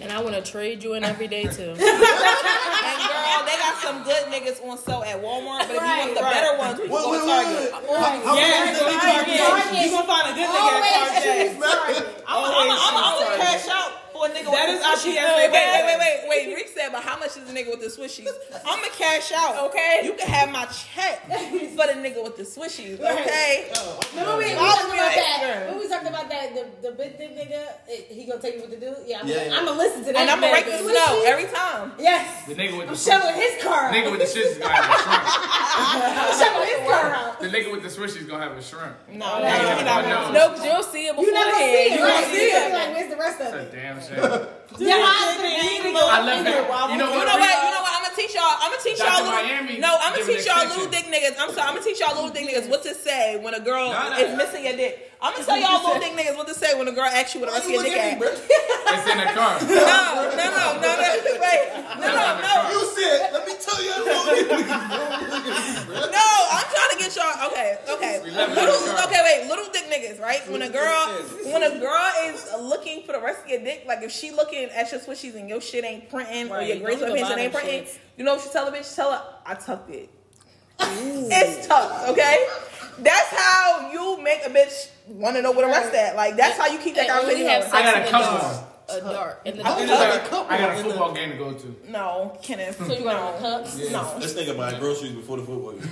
And I want to trade you in every day too.
and girl, they got some good niggas on sale at Walmart, but if you want the
Right,
better ones, you
Wait,
go
wait,
to
wait.
Target.
How- how-
Yes,
how-
Target. You gonna find a good nigga at
Always
Target.
choose Target.
I'm
Always
gonna
choose
only
Target.
cash out for a nigga.
That
with
is our
swishies. Wait,
PSA
wait,
bag.
wait, wait, wait. Rick said, but how much is the nigga with the swishies? I'm gonna cash out.
Okay.
You can have my check for the nigga with the swishies.
Right.
Okay.
Remember Oh, we, we
All
talked
the
about
way
that.
through.
When we talked about that, the, the big thing nigga, eh, he gonna take you with the dude. Yeah, I'm,
Yeah, yeah.
gonna listen to that.
And I'm gonna
man,
break the
but-
snow every time.
Yes,
The nigga with
I'm
the
showing
swishies.
his car.
Nigga with the shits is gonna have a shrimp.
I'm showing his car out.
The nigga with the swishies gonna have a shrimp.
No,
Hey,
no,
no,
no.
no, 'cause you'll see it
You're not gonna see
beforehand.
it.
You're
Right?
gonna see
You're gonna
it.
be like, where's the rest of
That's a
it?
damn shame.
Your eyes gonna be
I love that. You know
You
what?
know what? You know what? I'm gonna teach y'all. I'm gonna teach y'all.
Dr.
Little,
Miami
no, I'm gonna
giving
teach y'all
extension.
little dick niggas. I'm sorry. I'm gonna teach y'all little dick niggas what to say when a girl
Nah, nah.
is missing your dick. I'm gonna tell y'all little dick niggas what to say when a girl asks you what the rest of your dick at.
It's in the car.
No, no, no, no, no. Wait, no, no, no.
You said, let me tell you, I don't know.
No, I'm trying to get y'all. Okay, okay.
We left
Little,
it in the car.
okay, wait. Little dick niggas, right? When a girl, when a girl is looking for the rest of your dick, like if she looking at your swishies and your shit ain't printing or
Right,
your grace
don't
whip
go
pants
buy
ain't
them
printing,
shits.
you know what she tell a bitch? Tell her I tucked it. It's tucked, okay. That's how you make a bitch want to know where the rest at. Like that's how you keep that
They only
conversation.
have
going.
sex
I got a
in the
couple.
dark. A dark. In the
I
dark.
got, I got a football game to go to.
No, Kenneth.
So you
no.
got cups.
No.
This nigga buy groceries before the football game.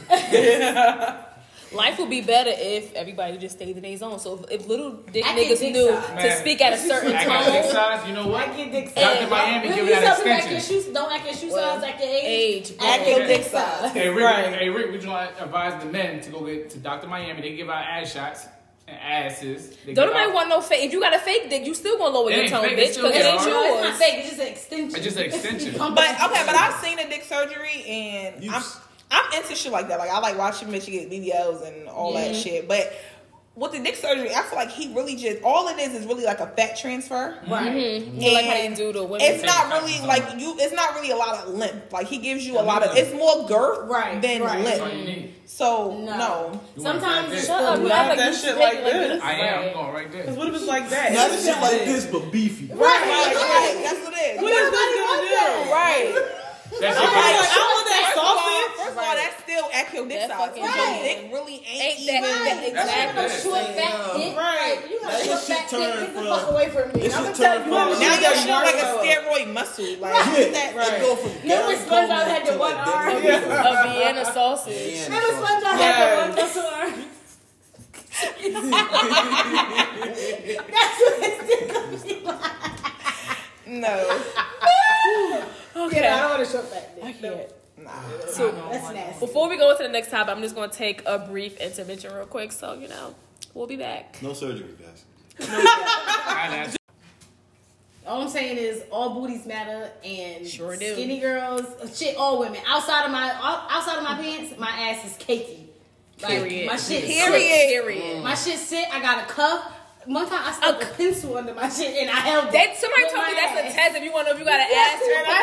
Life would be better if everybody just stayed in their zone. So if, if little dick
I get
niggas
dick
knew
size.
to
Man.
speak at a certain
I got big
tone,
size. You know what?
I get dick size.
Dr. Miami
When
giving
you
that
tell people act your
extension.
shoes, don't act your shoe size, act your age.
age,
Act
boom.
your dick size.
Hey Rick,
Right.
hey Rick, we trying to advise the men to go get to Dr. Miami. They give out ass shots and asses. They
Don't
give
nobody
out-
want no fake. If you got a fake dick, you still gonna lower
It
your
ain't
tone,
fake,
bitch,
it's
because
still
it ain't
yours.
No, it's
yours.
not fake. It's just an extension.
It's just an extension.
You pump
But
it.
okay, but I've seen a dick surgery and
You
I'm
s-
I'm into shit like that. Like I like watching Michigan videos and all that shit. But with the dick surgery, I feel like he really just all it is is really like a fat transfer.
Right.
You like how they
And
do the women.
It's not
fat
really
transfer.
like you. It's not really a lot of length. Like he gives you a lot of. It's more girth
Right,
than
right.
That's all you
length.
need.
So
No.
no.
You want
Sometimes
that
it's
dick.
still
up.
right.
I
that
you
shit
fake
like
it
this.
I am I'm going right there.
What if it's like that?
Not this shit like this, but beefy.
Right. That's what it is.
What is this gonna do?
Right.
That
I'm
shit
like, I want that
First of all,
sausage.
first of all, that's still at your dick
That
size.
fucking
Your
Right.
dick really ain't,
Ain't
even.
that
That's
exactly?
it.
Short fat dick. Like,
Right.
You got
That
a short
shit
fat dick. Get the
turned
fuck
from-
away from me.
This shit
I'm gonna tell
turned
you.
from-
what.
Now your
got
shit like a
Naruto.
steroid muscle. Like
Yeah,
what's that?
it go from
Remember
Gary
SpongeBob
Coleman
had
to,
the
like,
one
Dick
arm?
Coleman.
A Vienna sausage.
Yeah,
Remember
so-
SpongeBob had the one muscle arm? That's what his dick gonna be like.
No.
Yeah, I don't want a short fat dick.
I can't.
That's nasty.
Before we go into the next topic, I'm just gonna take a brief intervention real quick. So you know, we'll be back.
No surgery, guys.
I
All I'm saying is all booties matter and
Sure do.
skinny girls, shit, all women. Outside of my out- outside of my pants, my ass is cakey. Like,
Period.
My shit. sit.
Period.
Period.
My shit sit. I got a cuff. One time I stuck a pencil under my shit and I held
That
it
somebody
with
told
my
me that's
ass.
a test. If you want to know if you got an ass,
I
cheek.
held it.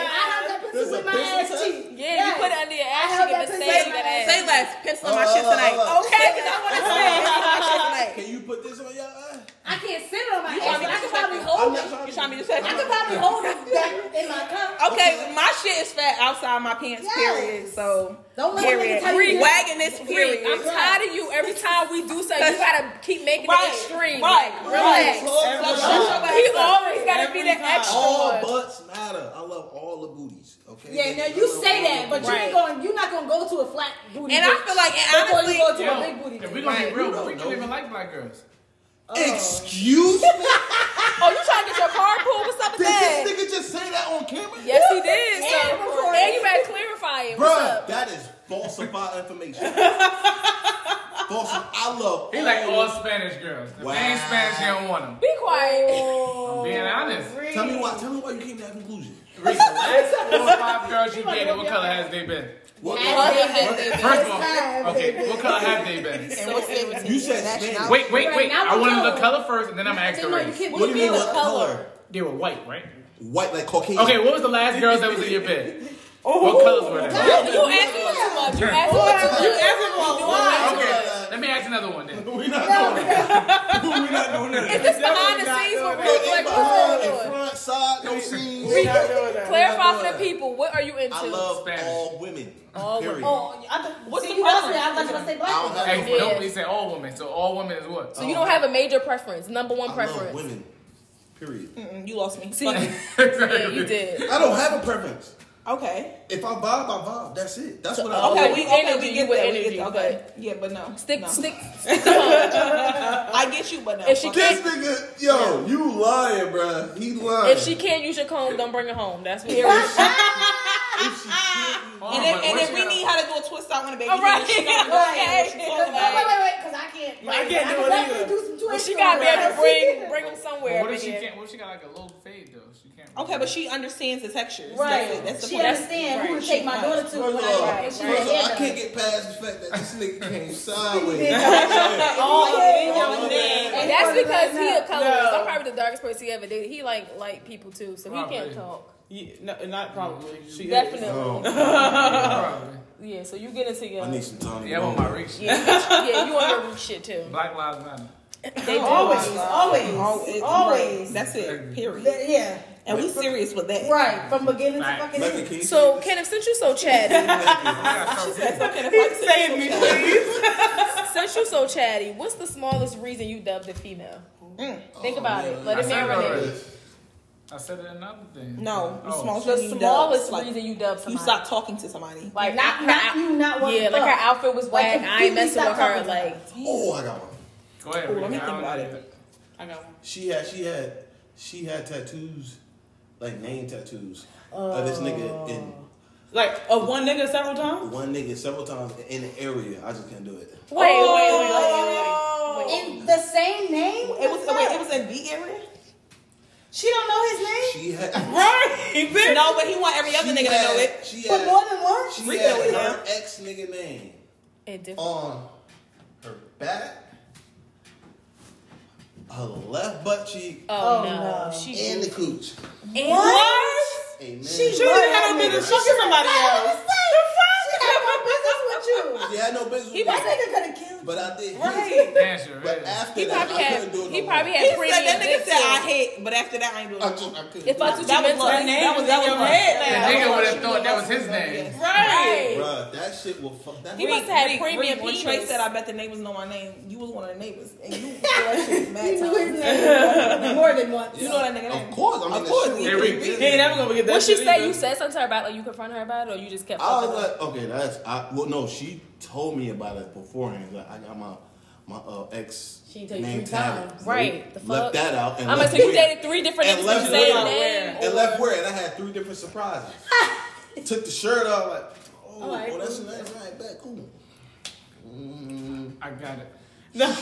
I held that pencil with my
pencil
ass cheek.
yeah, you put it under your ass
held
cheek and
that
just
to
say
say-
you got
say
ass.
Say less. Pencil on my
Uh,
shit tonight.
uh, uh.
Okay, because I want to say pencil on my shit tonight.
Can you put this on your eye?
I can't sit on
want
my ass,
me
but I
to
could
check
probably
it?
hold it.
You trying me to say?
I could probably hold it back in my cup.
Okay, my shit is fat outside my pants.
Yes.
Period. So
Don't let
period.
nobody tell you that.
wagging this period.
Freak, I'm tired of you. Every time we do something, you gotta keep making
Right,
it extreme.
right,
Like,
right.
relax. He always gotta be the extra
All
one.
butts matter. I love all the booties. Okay.
Yeah, now you say that, but you ain't going. You're not gonna go to a flat booty.
And I
bitch
feel like, and
before you
honestly,
go to
am.
a big
Yo,
booty.
if we
bitch.
gonna be real, we
know.
don't even like black girls.
Excuse me?
Oh, you trying to get your car pulled? What's up with
Did
that?
this nigga just say that on camera?
Yes, he did.
And
So,
recorded.
and you better clarify it. What's
Bruh,
up?
that is falsified information. Falsi- I love
He like all Spanish girls. If
Wow.
they ain't Spanish, he don't want them.
Be quiet.
Being honest.
Tell me why. Tell me why you came to that conclusion.
Reese, the last four or five girls you dated, what color has they been?
What,
First of all, okay, what color have they been?
So irritating.
you said Spanish.
Wait, wait,
Right,
wait.
now
I
we
want to
know.
look color first, and then I'm gonna ask the
No, you
race.
can't.
What do you mean?
feel
What color?
They were white, right?
White, like Caucasian.
Okay, what was the last girls that was in your bed?
Oh.
What colors were they?
You, you asked me too much. You asked me too much. You asked me too much.
Okay, let me ask another one then.
we not doing that. we not doing that.
Is this behind the scenes with
No,
Blue
it's
Black?
behind,
What's
in
going on?
front, side, no scenes.
We're not doing that.
Clarify for the people. What are you into?
I love
Spanish.
all women.
All
period.
Oh, I thought,
What's
see,
the
you about to
problem?
say- I was about to say black.
I don't
people.
have
Hey, don't please say all women. So all women is what?
so you don't have a major preference. Number one
um, I love
preference.
women. Period.
You lost me.
See,
Fuck.
yeah,
Exactly.
you did.
I don't have a preference.
Okay.
If I vibe, I vibe. That's it. That's what I
Okay,
with
we okay,
energy,
we
you
get
with
that. We
energy,
get that. Okay. Yeah, but no.
Stick,
no.
stick, stick. to home.
I get you, but no.
If she
Fuck
can't-
This nigga, yo, you lying, bruh. He lying.
If she can't use your comb, don't bring it home. That's what. All
If she
Oh
can't-
And then, and then we need her to do a twist out on the baby.
right.
She
Okay.
talking
Wait,
about
wait, wait, wait, because I can't.
I can't do it either.
do
Well, she got to be able to bring bring them
Well,
somewhere.
What if she
man.
can't? What if she got like a little fade though? She can't.
Okay, but she understands the textures.
Right.
That's, it. That's the
She
point.
understand who to take my daughter to.
First
when
of
I-
all,
right,
first
she
of all,
like,
I
yeah,
can't get past the fact that this nigga came sideways.
Oh, man.
And that's because he a
No.
colorist. I'm probably the darkest person he ever dated. He like light people too, so
Probably.
he can't talk.
Yeah, no, not probably. She is.
Definitely.
Oh,
Probably.
Yeah. So you get into your
I need some time.
Yeah, I want my reach.
yeah, yeah, you on your root shit too.
Black Lives Matter.
They do.
Always, always,
Always.
always.
That's it. Period.
That- Yeah,
And we serious with that.
right. From beginning to
Right.
fucking
Megan,
end.
can you
So Kenneth, since you so chatty,
Save me, please.
since you so chatty, what's the smallest reason you dubbed a female? Think
Oh,
about
man.
it. Let
I
it
said it already.
marinate.
I said it in another thing.
No, the
Oh.
smallest
The
reason you
smallest
dub, like,
reason you dubbed somebody.
you stop talking to somebody.
Like
Not,
her
not
out-
you, not one.
Yeah, like her outfit was
Like,
whack. I ain't
completely
messing
stop
with her.
talking to
Like
Oh, I got one.
Go ahead.
Ooh, let
Ricky.
me
I
think
don't
about
need
it.
that.
I got one.
She had, she had, she had tattoos, like name tattoos of this nigga and
Like of one nigga several times.
one nigga several times in the area. I just can't do it.
wait, Oh. wait, wait, wait, wait, wait.
Oh. in the same name.
It was wait, it was in the area.
She don't know his name,
She had. Other
Right. no, but he want every other nigga to know it.
She
but more
had.
than one.
She
We
had
know it
her
now.
ex nigga name
It different.
on her back, her left butt cheek,
Oh,
Oh,
no.
no.
she
and the cooch.
What?
Amen.
She
She didn't have no business fucking somebody else.
She had no business with you.
She had no business.
He
with
That
me,
nigga could have killed.
but I did.
Right.
Dancer,
But
yeah.
after
he
that,
probably
I
had
couldn't do it. No
he
more.
probably
He
had
said
pretty
that nigga
and
said I
dick
hate, but after that I ain't doing
I
it.
just, I couldn't.
If
do
I
it.
took you
That was
mental,
love. That was that was
The
bad.
nigga would have thought that was his name.
Right.
Bruh, that shit will fuck. That
He must have had premium
When Trey
penis.
said, "I bet the neighbors know my name," you was one of the neighbors, and you that shit mad
You knew his
time.
name more than once.
You know that nigga name.
Of course, I mean,
Of
that
course,
shit
he
was-
could
Eric.
read
He ain't never gonna get that.
What she
shit
say?
either.
You said something to her about like you confront her about it, or you just kept.
I
fucking
was
with her?
like, okay, that's I. Well, no, she told me about it beforehand. Like, I got my my uh, ex.
She tell you
name
three
tatted.
times.
Right, the fuck?
Left that out. And
I'm like,
left
so you
weird.
dated three different
And
niggas with
left
the
weird.
same name.
And left weird. And I had three different surprises. Took the shirt off. Like, oh,
Alright,
oh that's a nice right back. Cool. Mm,
I got it.
oh, that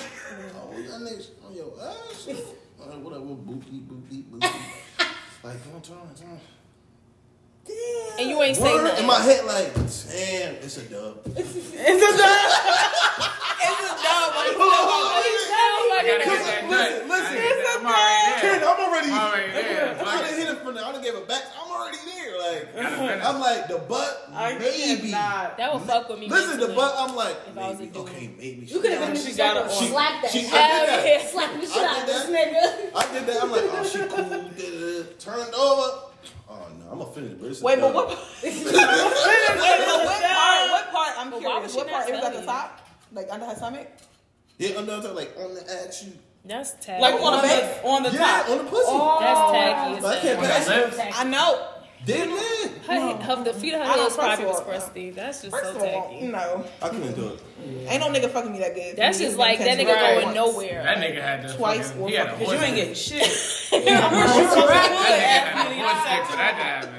nigga's on your ass. Oh, All right, whatever. Booty, booty, booty. like, come on, turn, on, turn. on.
And you ain't say
Word in
nothing.
my head, like, damn, it's a dub.
Oh, my
I gotta get
God.
that
Listen,
nut.
listen.
I gotta get that- I'm already
Ken, I'm already.
there. All right, yeah, fuck
I
it.
didn't hit it from there. I didn't give it back. I'm already there. Like
finish.
I'm like the butt,
I
maybe.
cannot.
That would fuck with me.
Listen, the
mentally.
butt. I'm like
If I was a
maybe.
dude.
Okay, maybe.
You could have been in
She
the
got it
circle.
on.
Slap that.
She- I
Slap-
Hell
did that.
yeah.
Slap the shit
I
out of
did
this nigga.
I did that. I'm like, oh, she cool. da-da-da. Turned over. Oh no, I'm offended. But it's a
Wait, but
dub.
what? wait, but what part? What part? I'm
But why would
curious.
she
What
not
part? It was
tell
at the
you?
top, like under her stomach.
Yeah, I'm done. Like on the action.
That's tacky.
Like on the
On the
Yeah,
top.
on the pussy.
Oh. That's tacky. as
But I
hell.
can't
On the
pass.
I
left.
know.
Then man,
Her, her, the feet of her
I don't-
nails
first
probably
of
was
all,
crusty. That's just
First
so
of all,
tacky.
no.
I couldn't do it.
Ain't no nigga fucking me that good.
That's just like that nigga
Right.
going nowhere.
That nigga had to
Twice
fucking,
or
he had a
fucking-
horse.
Cause you ain't
dick.
getting shit.
That nigga had a horse dick for that to happen.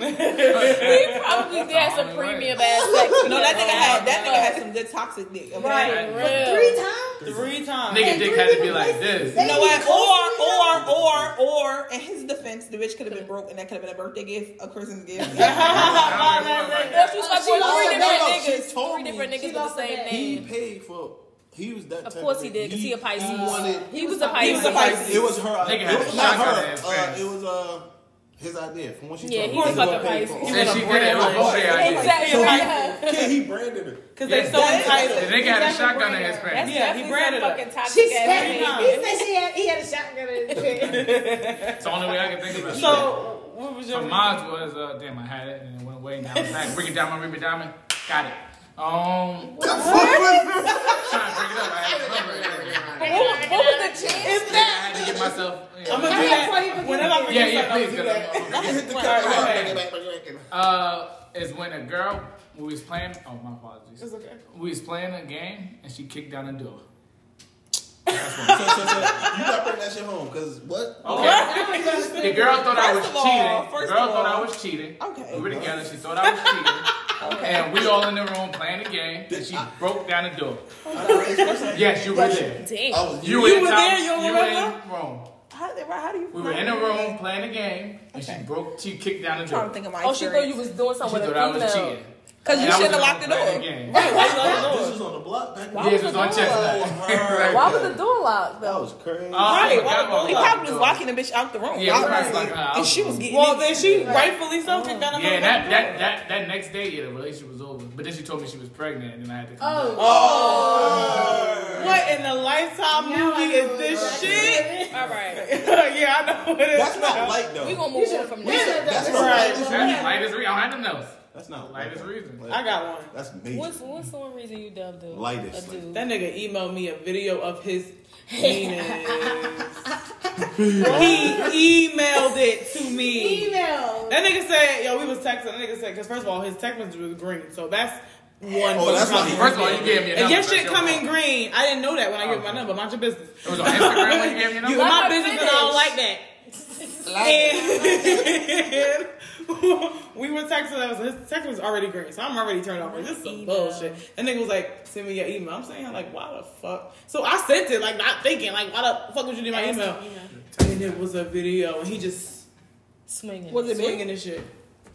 He probably did have some
Only way.
premium ass sex.
No, that nigga had that nigga had some good toxic dick. Okay?
Right,
For
real.
Three times?
Three times.
Nigga
And
dick
three
had to be
different
like
places.
this.
You know what? Or, or, or, or, in his defense, the bitch could have been broke and that could have been a birthday gift, a Christmas gift.
Well, she slept
She
with
lost-
three
no,
different
Oh, no, she
niggas.
told
Three
me.
different niggas
She
with the
lost
same
her bag.
He
name.
paid for. He was that.
Of
type
course
of
he
nigga.
did, because he a Pisces.
He wanted.
He was a Pisces.
was a Pisces.
It was her.
Nigga
Nigga
had
it
a
was not
shotgun
her.
ass
Uh,
fast.
it was uh, his idea. From what she
Yeah, he's
told me.
a fucking
paid for
Pisces.
it.
And she did it with both their ideas.
Exactly.
So
right.
he, yeah, he branded it.
Cause
Yeah.
they so
The
entitled.
nigga had a
That's the
shotgun in
brand.
his
That's
pants.
Yeah, he
definitely
branded
some
her.
fucking toxic
She
ass
said,
name.
name.
he said she had, he had a shotgun in his head.
It's the only way I can think about it.
So what was your?
So mine was, uh, damn, I had it and it went away. Now it's back. Break it down, my Ruby Diamond. Got it. Um,
The fuck was-
trying to break it up. I had to
What was- what was the chance?
I had to get myself. Yeah.
I'm gonna do that whenever I
Yeah,
forget
yeah,
something.
please. 'cause I'm-
Nigga hit the
Right,
car.
right, right.
Bring it back, bring it back.
Uh, is when a girl we was playing. Oh, my apologies.
It's okay.
We was playing a game and she kicked down the door.
So, so, so, You gotta bring that shit home, cause what?
Oh,
Okay. the girl thought I was
First of all,
cheating.
first
the girl
of
thought I
all-
was cheating.
Okay.
We were together. She thought I was cheating. okay. And we all in the room playing the game. And she broke down the door. yes, you were there.
I
Damn.
was
You,
You
in
were
town-
there, you don't
were in
remember?
the room.
How, did- how do you?
We were in a room playing a game, and she
Okay.
broke. She kicked down the
I'm trying to
door.
think of my.
Oh, she thought you was doing
She
something with
thought
a
I was
female.
cheating.
Because
And
you
I was
shouldn't have locked
in
the
room playing
door.
game.
Right, why you lock the
This
door?
was on the block back
Why
then.
was
Yes, it was
the
on
door
Chestnut.
Oh, her.
Why was the door locked
That
though?
was crazy.
Uh,
Oh, I
Right,
forgot
why the
about
door
He
that.
probably was locking the bitch out the room.
Yeah,
Y'all
right,
was
like,
like-
uh,
and she was getting.
Well,
it.
then she rightfully so kicked down the
Yeah,
motherfucking
that,
door.
that that that next day, yeah, the relationship was over. But then she told me she was pregnant, and then I had to come.
Oh.
back.
What in the lifetime movie is this shit?
All right.
yeah, I know what it is.
That's not light though.
We gonna move on from there.
That's
That's
not
Right.
light. That's not-
That's lightest reason. I don't have nothing else.
That's not
Lightest reason.
I got one.
That's major.
What's what's the one reason you dubbed a,
Lightest,
a
like-
dude?
That nigga emailed me a video of his penis. he emailed it to me.
Email.
That nigga said, yo, we was texting. That nigga said, because first of all, his text message was green. So that's one.
Oh, that's
fucking
not-
First of all, you gave me a number.
And your shit
that's
come in
fault.
green. I didn't know that when I gave my
Okay.
number. Mind your business.
It was on Instagram when you gave me a
You in
number.
my
Let her
business and I don't like that. And we were texting. I was, his text was already green, so I'm already turned off. Like, this is some bullshit. And nigga was like, "Send me your email." I'm saying, like, why the fuck? So I sent it, like, not thinking, like, why the fuck would you do my email? And it was a video, and he just
Swinging.
was it swinging and shit.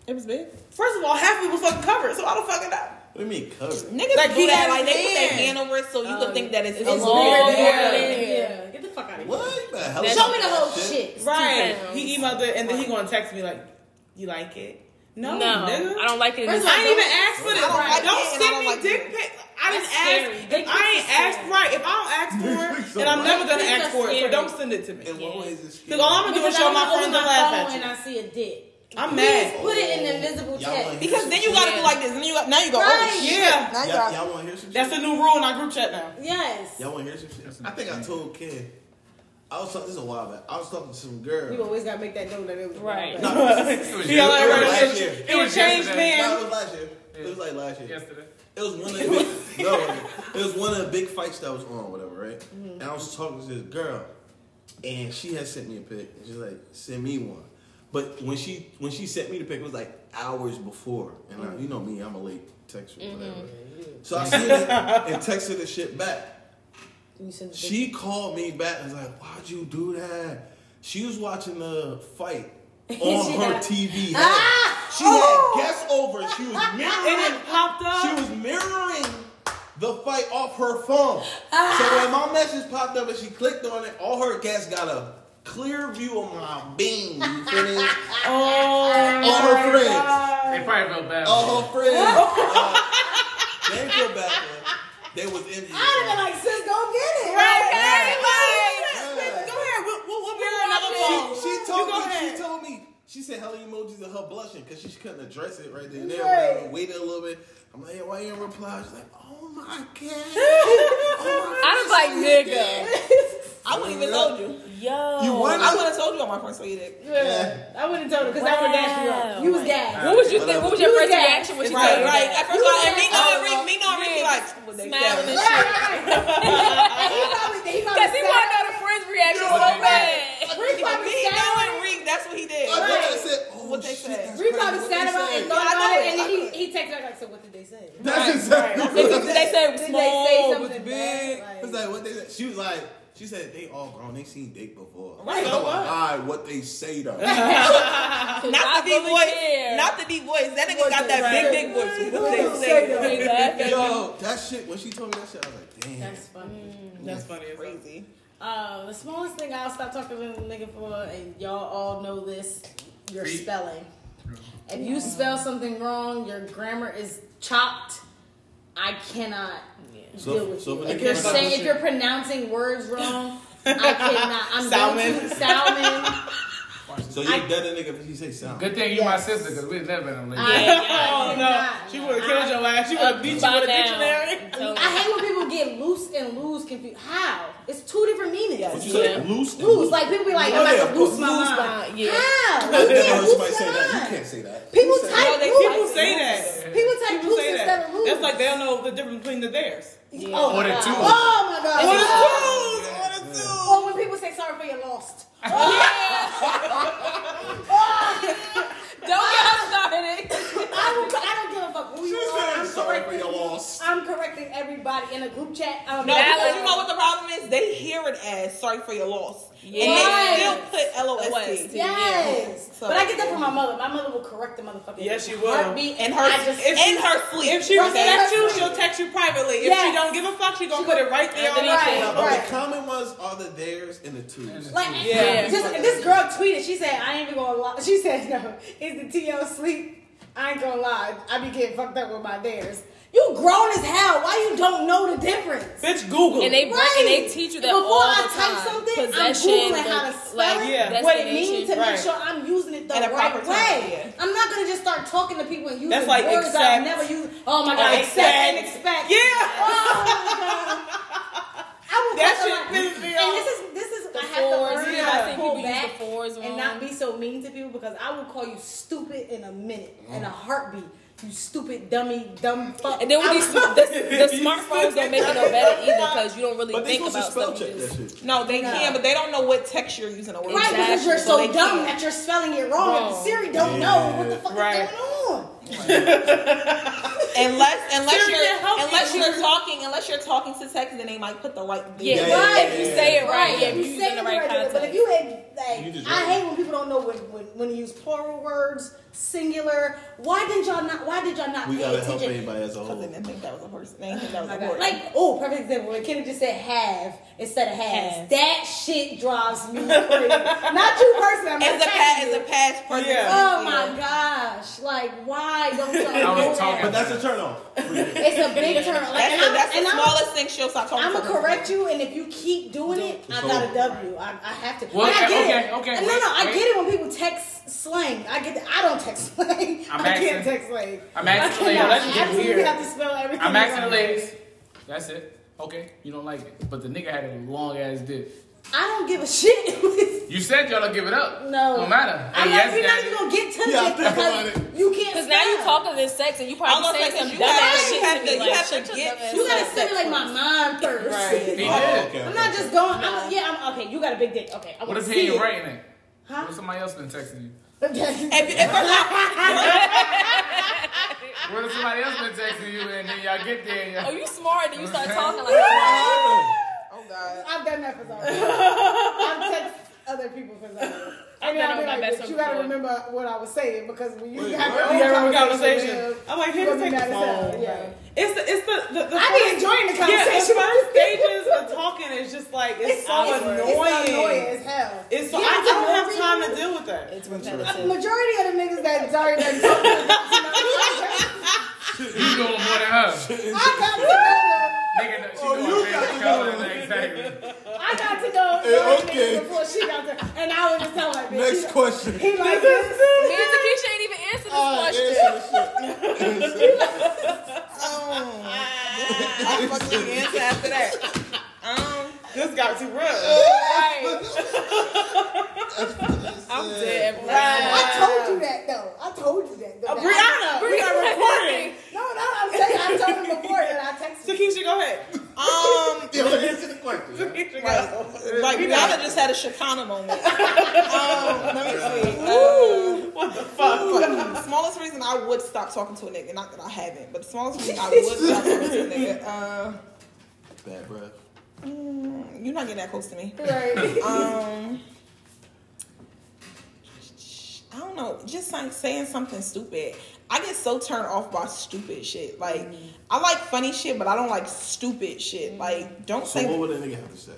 It was big. First of all, half of it was fucking covered, so I don't fucking know.
What do you mean covered?
Niggas
Like,
like,
he
do
had
that, like
his
they put their hand
hand.
over it so you could think that it's,
it's
a long
long hair.
hair.
Yeah, get the fuck out of here.
What? You better help
Show me the whole shit.
Right.
pounds.
He emailed it, and then he gonna text me like, "You like it?" No,
No,
nigga.
I don't like it. in
First
this-
of all, I ain't even ask for this.
I don't
Right.
like it,
Don't
and I
send
don't
me
like
dick
it.
pics. I didn't
That's scary.
ask.
Dick
If
pics
I
are
ain't asked
scary.
right. If I don't ask for
pics
it,
are
and I'm
right.
never gonna
Dick pics
ask
are
for it, so
scary.
don't send it to me.
In what way is this?
Cause all I'm gonna do is show my
open
friends and
my
laugh
phone and
at
I
you.
see a dick.
I'm
Please
mad.
put it in invisible
Y'all wanna
text.
hear
Because
some
then you
shit?
gotta do like this, and then you got, now you go,
Right.
oh shit.
Yeah.
Now you
Y'all,
got.
y'all want to hear some shit?
That's a new rule in our group chat now.
Yes.
y'all want to hear some shit? I think I told Ken. I was talking. This is a while back. I was talking to some
You
girl.
always gotta make that note that it was
Right.
No.
It was
He all
yesterday.
like, right,
It
it
was
was,
yesterday.
it was changed
It
No,
man.
it was last year. It was like last year.
yesterday.
It was one of the big, no, it was one of the big fights that was on, or whatever, right? And I was talking to this girl, and she had sent me a pic, and she's like, "Send me one." But when she when she sent me the pic, it was like hours before, and I, you know me, I'm a late texter, whatever. So I sent it and texted the shit back.
You send the
She called me back and was like, "Why'd you do that?" She was watching the fight on
She
her
got-
TV. Had,
Ah!
she
Oh!
had guests over. and She was mirroring.
And it popped
She
up.
was mirroring the fight off her phone. So when my message popped up and she clicked on it, all her guests got a clear view of my being. You feel me?
Oh,
All her friends.
They probably felt bad.
Oh,
All her friends. Uh, they didn't feel bad for her. They was in
I'd have been like, sis, go get it.
Go ahead. We'll, we'll, we'll be on another phone.
She, she told
You go
me.
ahead.
She told me. She said hella emojis of her blushing because she couldn't address it right then and there.
Right.
Whatever. Waited a little bit. I'm like, hey, why you didn't reply? She's like, oh my god. Oh my
I was like, nigga. Oh.
I wouldn't even told you.
Yo.
You won?
I would have told you about my first lady dick.
Yeah.
I wouldn't tell her because I would have gassed you up. You was gassed.
What was you think? What was your
You
first
got-
reaction when she told
Right,
you
right.
that?
At first of all, and me knowing Rick, me knowing Ricky, like,
Smiling and shit.
Right, right, right. he probably, he probably
Because he wanted to
sat-
know the friend's reaction so
Right, right.
bad.
Rick probably
me
sat-
knowing Rick, that's what he did.
I thought they said, oh,
What they
shit,
said.
that's
Rick
crazy.
probably
What
sat
they
around
said.
and thought
Yeah, I
about
know
it, and
it. I
then
know
he, he texted her like, so what did they say?
That's exactly what
Did they say
Did
small?
they say
With the
something
big,
bad?
it's like what they said. She was like, she said they all grown. They seen dick before.
Right,
I
so
don't
what?
lie what they say though.
Not the
I
deep
really
voice.
care.
Not the deep voice. That nigga got that big, big voice. What they say?
They laughing.
Yo, that shit. When she told me that shit, I was like, damn.
That's funny.
That's funny. as hell.
Crazy.
Uh, the smallest thing I'll stop talking to a nigga for, and y'all all know this, your
Feet.
spelling. If you spell something wrong, your grammar is chopped. I cannot deal
So,
with
so
you.
when
If
they
you're
came out
saying,
with
if
shit-
you're pronouncing words wrong, I cannot. I'm going to Salmon.
so you're dead a nigga if you say something.
Good thing you my
Yes.
sister because we'd never been a lady.
I, I
Oh
cannot.
no, she would have killed your ass. She would
Uh,
have beat you with
By
a
now.
dictionary.
So-
I hate when people get loose and lose confused. How? It's two different meanings.
What you say? Loose. and
Loose, like people be like,
Oh,
I'm
yeah,
about to lose my
loose
mind.
mind, yeah.
How?
I
You
never
can't
heard somebody
lose
say
your
that. You
mind.
can't say that.
People
You say
type
they-
loose.
people
say that.
People type
People
loose
say
instead
that.
of loose.
That's like they don't know the difference between the theirs.
Oh,
Or
my
the
God.
two.
Oh my god.
What is
Oh.
twos? What is twos?
Or when people say sorry for your lost. Oh.
Don't get us started.
I don't, I don't give a fuck who
She
you are.
said,
I'm
"Sorry for
correcting
your
you.
lost."
I'm correcting everybody in a group chat. Um,
No, because
Valid.
you know what the problem is? They hear it as sorry for your loss.
Yes.
And they still put LOST.
Yes.
So-
but I get that from my mother. My mother will correct the motherfucker.
Yes, she will.
Heartbeat.
And her,
I just,
if in her sleep.
If she
Right,
respects
right,
you,
right.
she'll text you privately. If
Yes.
she don't give a fuck, she gonna put it right there on
Underneath
the
it.
that.
right,
But
right.
the common ones are the theirs and the twos.
Like,
Yeah.
just, this girl tweeted. She said, "I ain't even gonna lie." She said, "No, it's the TL sleep. I ain't gonna lie. I be getting fucked up with my dares. You grown as hell. Why you don't know the difference?"
Bitch, Google.
And they
Right.
and they teach you that
Before
all
I
the
type
time.
something, I'm
Possession,
Googling how to
the-
spell
like,
it,
Yeah.
what it means to
destination.
make
Right.
sure I'm using it the
At a
right
proper time,
way.
yeah.
I'm not gonna just start talking to people and using
That's like
words I've
accept.
never used. Oh my god, accept, and expect.
Yeah.
Oh my god. I will
That
cut
shit
them out.
pissed me
And
off.
this is this is
The
I have to
fours,
learn
yeah,
how
I
to
think
pull
people use the
back
fours
and
wrong.
not be so mean to people because I will call you stupid in a minute, in a heartbeat. You stupid dummy, dumb fuck.
And then with
I'm-
these, the, the smartphones don't make it no better either because you don't really
But they
think
supposed to
about
spell
stuff.
check
you
that
do.
shit.
No, they
No.
can, but they don't know what text you're using. Or what
Right, because you're so
They
dumb
can't.
that you're spelling it wrong, and
Wrong.
Siri don't know what the fuck
Right.
is going on.
Unless unless
Siri
you're
can help you.
unless you're talking unless you're talking to text, then they might put the right. thing.
Yeah,
Yeah, yeah,
if you
yeah,
say it
yeah.
right, if you
say
use it in the
it
right
way,
context.
But if you had, like,
You just
I
wrote
hate when people don't know when, when, when to use plural words, singular. Why didn't y'all not? Why did y'all not
We
pay
gotta help
attention?
anybody as a
Because they
whole.
didn't think that was a person. They didn't think that was a word.
Like, oh, perfect example. When Kenny just said have instead of has.
Has.
That shit drives me crazy. not you personally. I'm
as a pa-
not attacking
as a
you.
past person.
Yeah.
Oh my gosh! Like, why don't y'all?
I was
know that?
talking.
But that's a turn off.
It's a big turn. Like,
That's,
and
the,
I'm-
that's the
and I'm-
smallest thing she'll stop talking.
I'm
to
gonna
them.
correct you, and if you keep doing it, I
It's
got a
over.
W. I, I have to.
Well,
and I
okay,
get it.
okay, okay,
And no,
wait,
no, I
wait.
get it when people text slang. I get that. I don't text slang.
I'm
I can't
asking-
text slang.
I'm
I
asking the
cannot.
ladies.
I
Let's get
absolutely
weird.
have to spell everything.
I'm asking the
wrong.
ladies. That's it. Okay, you don't like it, but the nigga had a long ass dick.
I don't give a shit.
You said y'all don't give it up.
no.
don't matter.
I'm
Hey,
like,
yes,
we're not
daddy.
even gonna get to
Yeah, I
this
think about
because you can't.
Because now you
spell.
talking this sex and you
I was
probably
gonna
saying
say, 'cause
some
you
dumb
gotta-
ass
you
shit
have
to
to-
me.
you
like,
have to
shut your
get
dumb ass
to
You
up.
gotta stimulate my mind first.
He
Oh,
did.
okay.
I'm
okay.
not just going. I'm, yeah, I'm okay. You got a big dick. Okay, I
What
wanna
if he
see
ain't
it.
writing it?
Huh?
What if somebody else been texting you?
If, if we're
What if somebody else been texting you and then y'all get there and
Oh,
y'all...
you smart and you start talking like that.
oh god.
I've done that for Zara. I've text other people for Zara. And
done it
I'll be
with my
like,
best
but
friend
you gotta
before.
remember what I was saying because when you
Wait,
have
what?
You
your
have
own
a
conversation,
conversation.
with them,
I'm like,
you
here,
gonna be
take the
mad as hell.
phone.
Yeah.
It's the it's the the, the
I be
first-
enjoying the
yeah, the
conversation.
first stages of talking is just like it's, so
awkward.
annoying.
It's annoying as hell.
It's so
You
I
don't
don't have
read-
time to deal with that.
It's repetitive.
Majority of the niggas that Zara done talked to, you know,
You doing more than her.
I got to know.
Nigga, no, she
Oh,
doing
you
you
got to
color.
know.
Exactly.
I got to know
Hey,
Zara niggas
Eh, okay.
before she got there, and I was just telling her, bitch,
Next question.
he like this.
Me and Takesha ain't even answer this
Ah,
question.
answer this shit.
I fucking answer after that. Um,
This got too real.
Right. I'm dead.
I told you that though. I told you that. Though,
Uh,
that
Brianna, we are recording.
I- no, no, I'm saying I told him before that I texted.
Takesha, go ahead. Um,
Yeah, but answer the question.
Takesha, go
Like,
ahead.
like Rihanna just had a Chicana moment. um, let me see. Uh,
What the fuck?
the smallest reason I would stop talking to a nigga, not that I haven't, but the smallest reason I would stop talking to a nigga, uh,
Bad breath.
you're not getting that close to me.
Right.
Um, I don't know, just like saying something stupid. I get so turned off by stupid shit. Like, I like funny shit, but I don't like stupid shit. Like, don't
So
say,
what would a nigga have to say?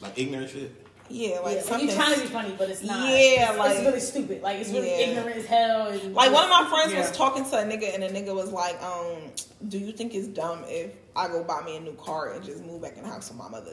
Like ignorant shit?
yeah, like
yeah,
something.
you're trying to be funny, but it's not.
Yeah,
It's-
like-
it's really stupid. Like it's really
Yeah.
ignorant as hell. And
Like one of my friends
Yeah.
was talking to a nigga, and the nigga was like, um, "Do you think it's dumb if I go buy me a new car and just move back in the house with my mother?"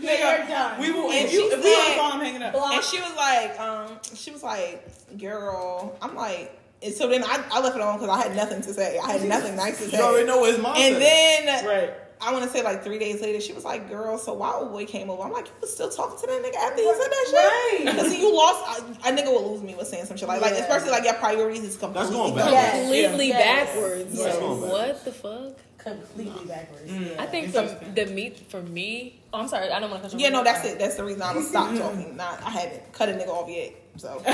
yeah, you're done.
We will.
And
If you,
she
if we on the
said-
phone, I'm hanging up.
Block.
And she was like, um, she was like, "Girl," I'm like, and so then I, I left it alone because I had nothing to say. I had nothing nice to
You already
say.
know what his mom
And
said.
then
Right.
I want to say like three days later, she was like, "Girl, so why old boy came over?" I'm like, "You was still talking to that nigga after he said that shit." Because you lost, a, a nigga will lose me with saying some shit like, like
Yeah.
especially like your priorities is completely
going back.
gone.
Yes.
Completely
Yes.
backwards.
Yes.
What the fuck?
completely backwards.
I think from the meat for me. Oh, I'm sorry. I don't want to cut you.
Yeah, no, that's it. That's the reason I would stop talking. Not, I haven't cut a nigga off yet. So I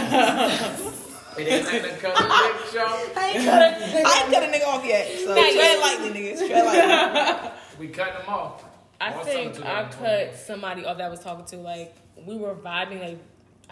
It ain't in the color, bitch, y'all.
I ain't gonna-
ain't cut a nigga off yet. So
Not
tread
yet.
lightly, niggas. Tread lightly.
We cutting them off.
I
Or something
think
to
I
them.
cut somebody off that I was talking to. Like we were vibing, like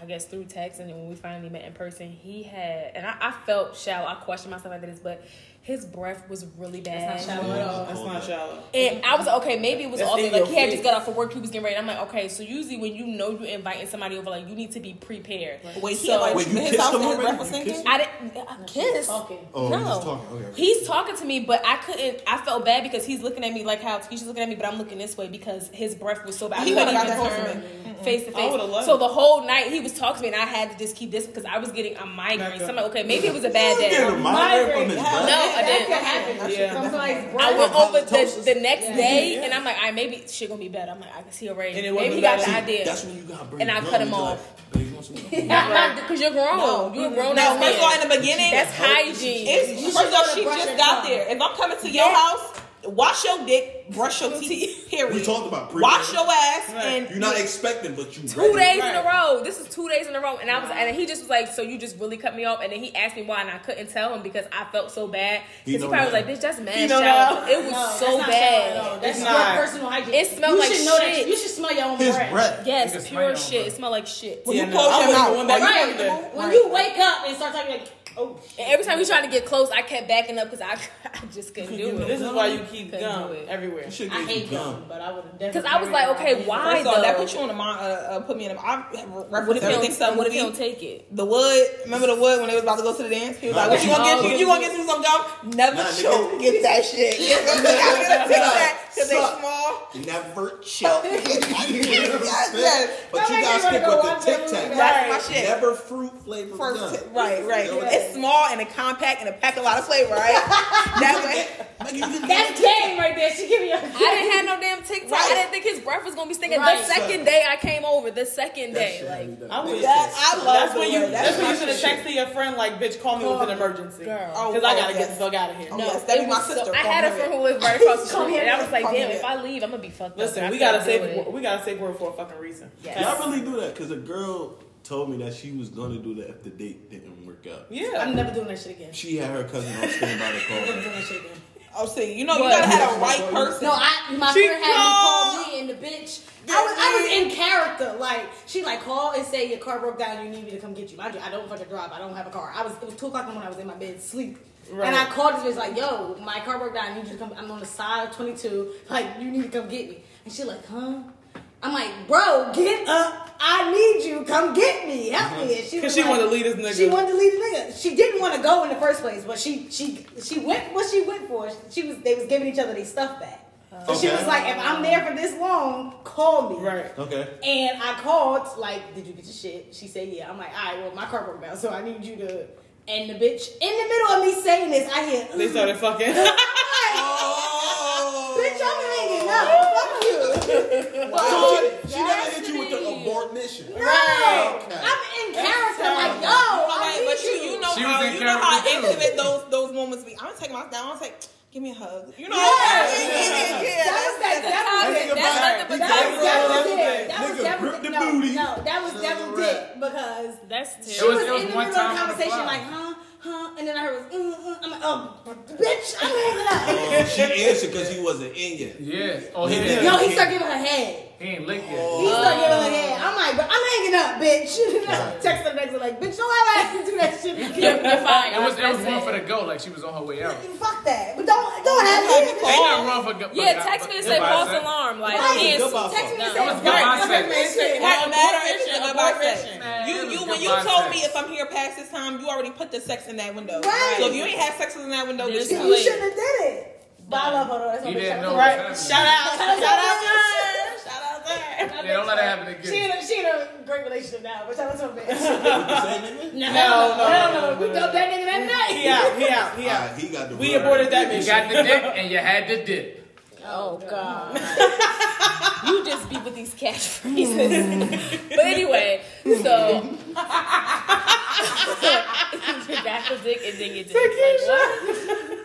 I guess through text, and then when we finally met in person, he had, and I, I felt shallow. I questioned myself after this, but his breath was really bad.
That's not shallow at all.
That's not shallow.
And I was like, okay, maybe it was
That's
all
in
like
your
he had
face.
just got off of work, he was getting ready. And I'm like, okay, so usually when you know you're inviting somebody over, like you need to be prepared.
Wait, he
So-
invited
Wait,
you
you
to his
kissed
house
him
and his
already?
breath was
You
stinking?
kissed him?
I didn't I
She's
kiss.
talking.
Oh,
no.
he's just talking. Okay. okay.
He's talking to me, but I couldn't. I felt bad because he's looking at me like how he's looking at me, but I'm looking this way because his breath was so bad.
He
I couldn't
would've got
even
that whole
turn face to
I
face.
would've loved
So
it.
the whole night he was talking to me, and I had to just keep this because I was getting a migraine.
Becca.
So I'm like, okay, maybe it was a bad
You
day.
getting a migraine from his
No,
breath?
I
that
didn't.
could happen.
Yeah.
Somebody's
I
breath.
went over the,
Halitosis.
the next
Yeah.
day,
Yeah.
and I'm like, all right, maybe shit gonna be better. I'm like, I can see already.
And it wasn't
maybe he got
bad.
the
See,
idea.
That's when you got
And I cut him off. Because you're grown.
No.
You're a grown
No,
ass
first of all,
man.
in the beginning, oh,
That's hygiene.
it's,
You
first of all,
should've
she
brushed
just
your
got
tongue.
there. If I'm coming to your house, wash your dick, brush your teeth, period.
We talked about pre-
Wash your ass
Right.
and
You're not expecting, but you
two
ready.
days in a
Right.
row. This is two days in a row, and I was, and he just was like, "So you just really cut me off?" And then he asked me why, and I couldn't tell him because I felt so bad. Because
He
he
know
probably was
now.
like, "Bitch, that's
He
mad shower."
know now.
It was
No,
so
that's not shallow at all.
bad.
That's
It's
your
not.
personal hygiene.
It smelled
you
like
should know that-
shit.
you should smell your own
His
breath.
breath.
Yes,
Niggas smell
pure
on
shit.
her.
It smelled like shit.
when
Yeah,
you
no,
close
I
your
wouldn't
mouth.
go in
are
back.
you
Right.
comfortable?
When you wake up and start talking like, oh shit.
And every time we tried to get close, I kept backing up because I, I just couldn't do it.
This is why you keep
Couldn't
gum
do it.
everywhere.
Shit
I
gave you
hate them,
gum.
but I would have
Because
definitely.
I was like, okay, why
First of all,
though?
that put you in a mind. Uh, uh, put me in a. I
what if
referenced
he
everything
don't,
to that
what if he don't
movie.
take it?
The wood. Remember the wood when they was about to go to the dance? He was like, "What you gonna
Nah.
get? You, you gonna get some some gum? Never
Nah, nigga.
choke. Get that shit. I'm gonna take that because they
Suck.
small.
Never choke. You know what I'm
Yes,
saying?
yes.
But you
makes
guys
me wanna
stick
go
with
watch
the
that
Tic
movie.
Tac.
That's my shit.
Never fruit flavored gum.
First, right, right.
Yeah.
It's small and it compact and it pack a lot of flavor, right? that way.
Nigga, you can-
That's game right there. She give me a.
I didn't have no damn TikTok.
Right.
I didn't think his breath was gonna be stinking.
Right.
The second day I came over, the second
That
day,
shit had me
like,
done.
I was-
That, I love
That's
the
when you.
word.
That's when
my
you should have
shit.
texted your friend like, "Bitch, call me with an emergency."
girl.
Oh,
Because I
oh,
gotta get
yes.
the fuck out of here.
No, yes, that be
it
my
was so-
sister.
I had a
Don't
friend
do
who lived right across the
Come
street,
here,
and I was like,
come
damn,
here.
if I leave, I'm gonna be fucked up.
Listen,
I
we gotta
can't
save.
do it.
We gotta save word for a fucking reason.
Yes.
Y'all really do that because a girl told me that she was gonna do that if the date didn't work out.
Yeah.
I'm never doing that shit again.
She had her cousin on standby to call.
I'm never
her.
doing that shit again.
Oh, see, you know
What?
you gotta have the right person.
No, I my
She
friend had
called-
me call me and the bitch. I was, I was in character. Like she like call and say your car broke down. You need me to come get you. Mind you, I don't fucking drive. I don't have a car. I was it was two o'clock in the morning. I was in my bed sleep.
Right.
And I called this bitch like, yo, my car broke down. I need you to come. I'm on the side of 22. Like you need to come get me. And she like, huh? I'm like, bro, get up. I need you. Come get me. Help me. And she
Because
was
she
like-
wanted to lead this nigga.
She wanted to leave the nigga. She didn't want to go in the first place, but she she she went what she went for. She was they was giving each other their stuff back. So she
Okay.
was like, if I'm there for this long, call me.
Right.
Okay.
And I called, like, did you get your shit? She said, yeah. I'm like, all right, well, my car broke down, so I need you to. And the bitch, in the middle of me saying this, I hear,
They started fucking.
Oh!
"Bitch, I'm hanging up. Fuck you.
she, she never hit you with the abort mission.
No,
Okay.
I'm in character. Like, yo, I
Like,
need
but you,
you.
you know
She was
how
in
you know how
character, too.
intimate those those moments be. I'm gonna take my down. I'm gonna take. Give me a hug. You know.
Yeah. That was
That nigga
that devil
That's nothing but
devil dick. Nigga grip
dick. That was that devil dick. That was devil
the
dick. No,
booty.
no, that was devil dick because
That's
she
terrible.
was,
it was
in the
one
middle of a
time on the
conversation
fly.
like, huh, huh, and then I heard, mm, mm. I'm like, oh, bitch, I'm hanging up.
Um, she answered because he wasn't in yet.
Yeah. Oh, he didn't.
Yo, he started giving her head.
He ain't licked yet.
He started giving her head. I'm like, but I'm hanging up, bitch. Text her next, like, bitch, don't ever ask me to do that shit. again.
You're fine.
It was it was one
That's
for
it.
the go, like she was on her way out.
Fuck that. But don't, don't have me.
Ain't nothing wrong for go.
Yeah, text me to say false alarm. Like,
Right.
cancel.
Goodbye,
Text me and
No,
say
it
was goodbye
it's
sex.
great.
What matter if it's a goodbye sex?
Man, it
You,
was
you, when you
goodbye
told
sex.
me if I'm here past this time, you already put the sex in that window.
Right.
So if you ain't had sex in that window,
This
this
You
Wait.
shouldn't have did it. But I love her though. That's
You
my bitch.
didn't
I
know.
love her.
Shout out.
Shout out to her.
Yeah, don't let it happen
She in
again.
a, she in a great relationship now, but shout out to her bitch.
With the same nigga?
No,
no, no,
Hell
no,
We
no,
dumped that nigga that night.
He out, he out, he out.
Alright, he got the
We
blood.
aborted that
You
mission.
got the dick and you had the dick.
Oh God! you just be with these catchphrases. but anyway, so you got the dick and then you did. Like, what?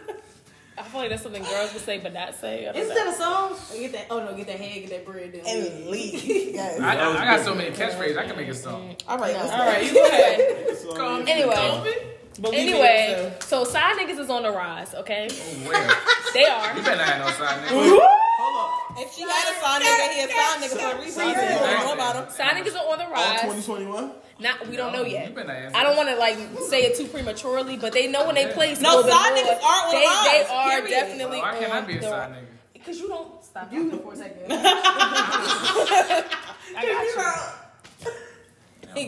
I feel like that's something girls would say but not say. I don't
Isn't
know.
that a song? Or Get that. Oh no, get that head, get that bread. Then.
and leave. Yes.
I, I, I got so many catchphrases. I can make a song.
All right. let's-
All right, you go ahead.
Come
Anyway,
Believe in
anyway,
yourself.
so side niggas is on the rise. Okay,
where?
they
You
are.
better not have no side nigga.
If she had a sign nigga, he a sign nigga for a reason. You don't know about him.
Side niggas are on the
All
rise.
2021?
Not we don't know yet.
You better not ask
I don't want to like say it too prematurely, but they know when they place.
No,
Golden
side
Lord,
niggas are on
They,
the rise,
they are
period.
definitely.
Why can't I
on
be a
the-
side nigga?
Because you don't stop.
You for a second.
I got you.
Um,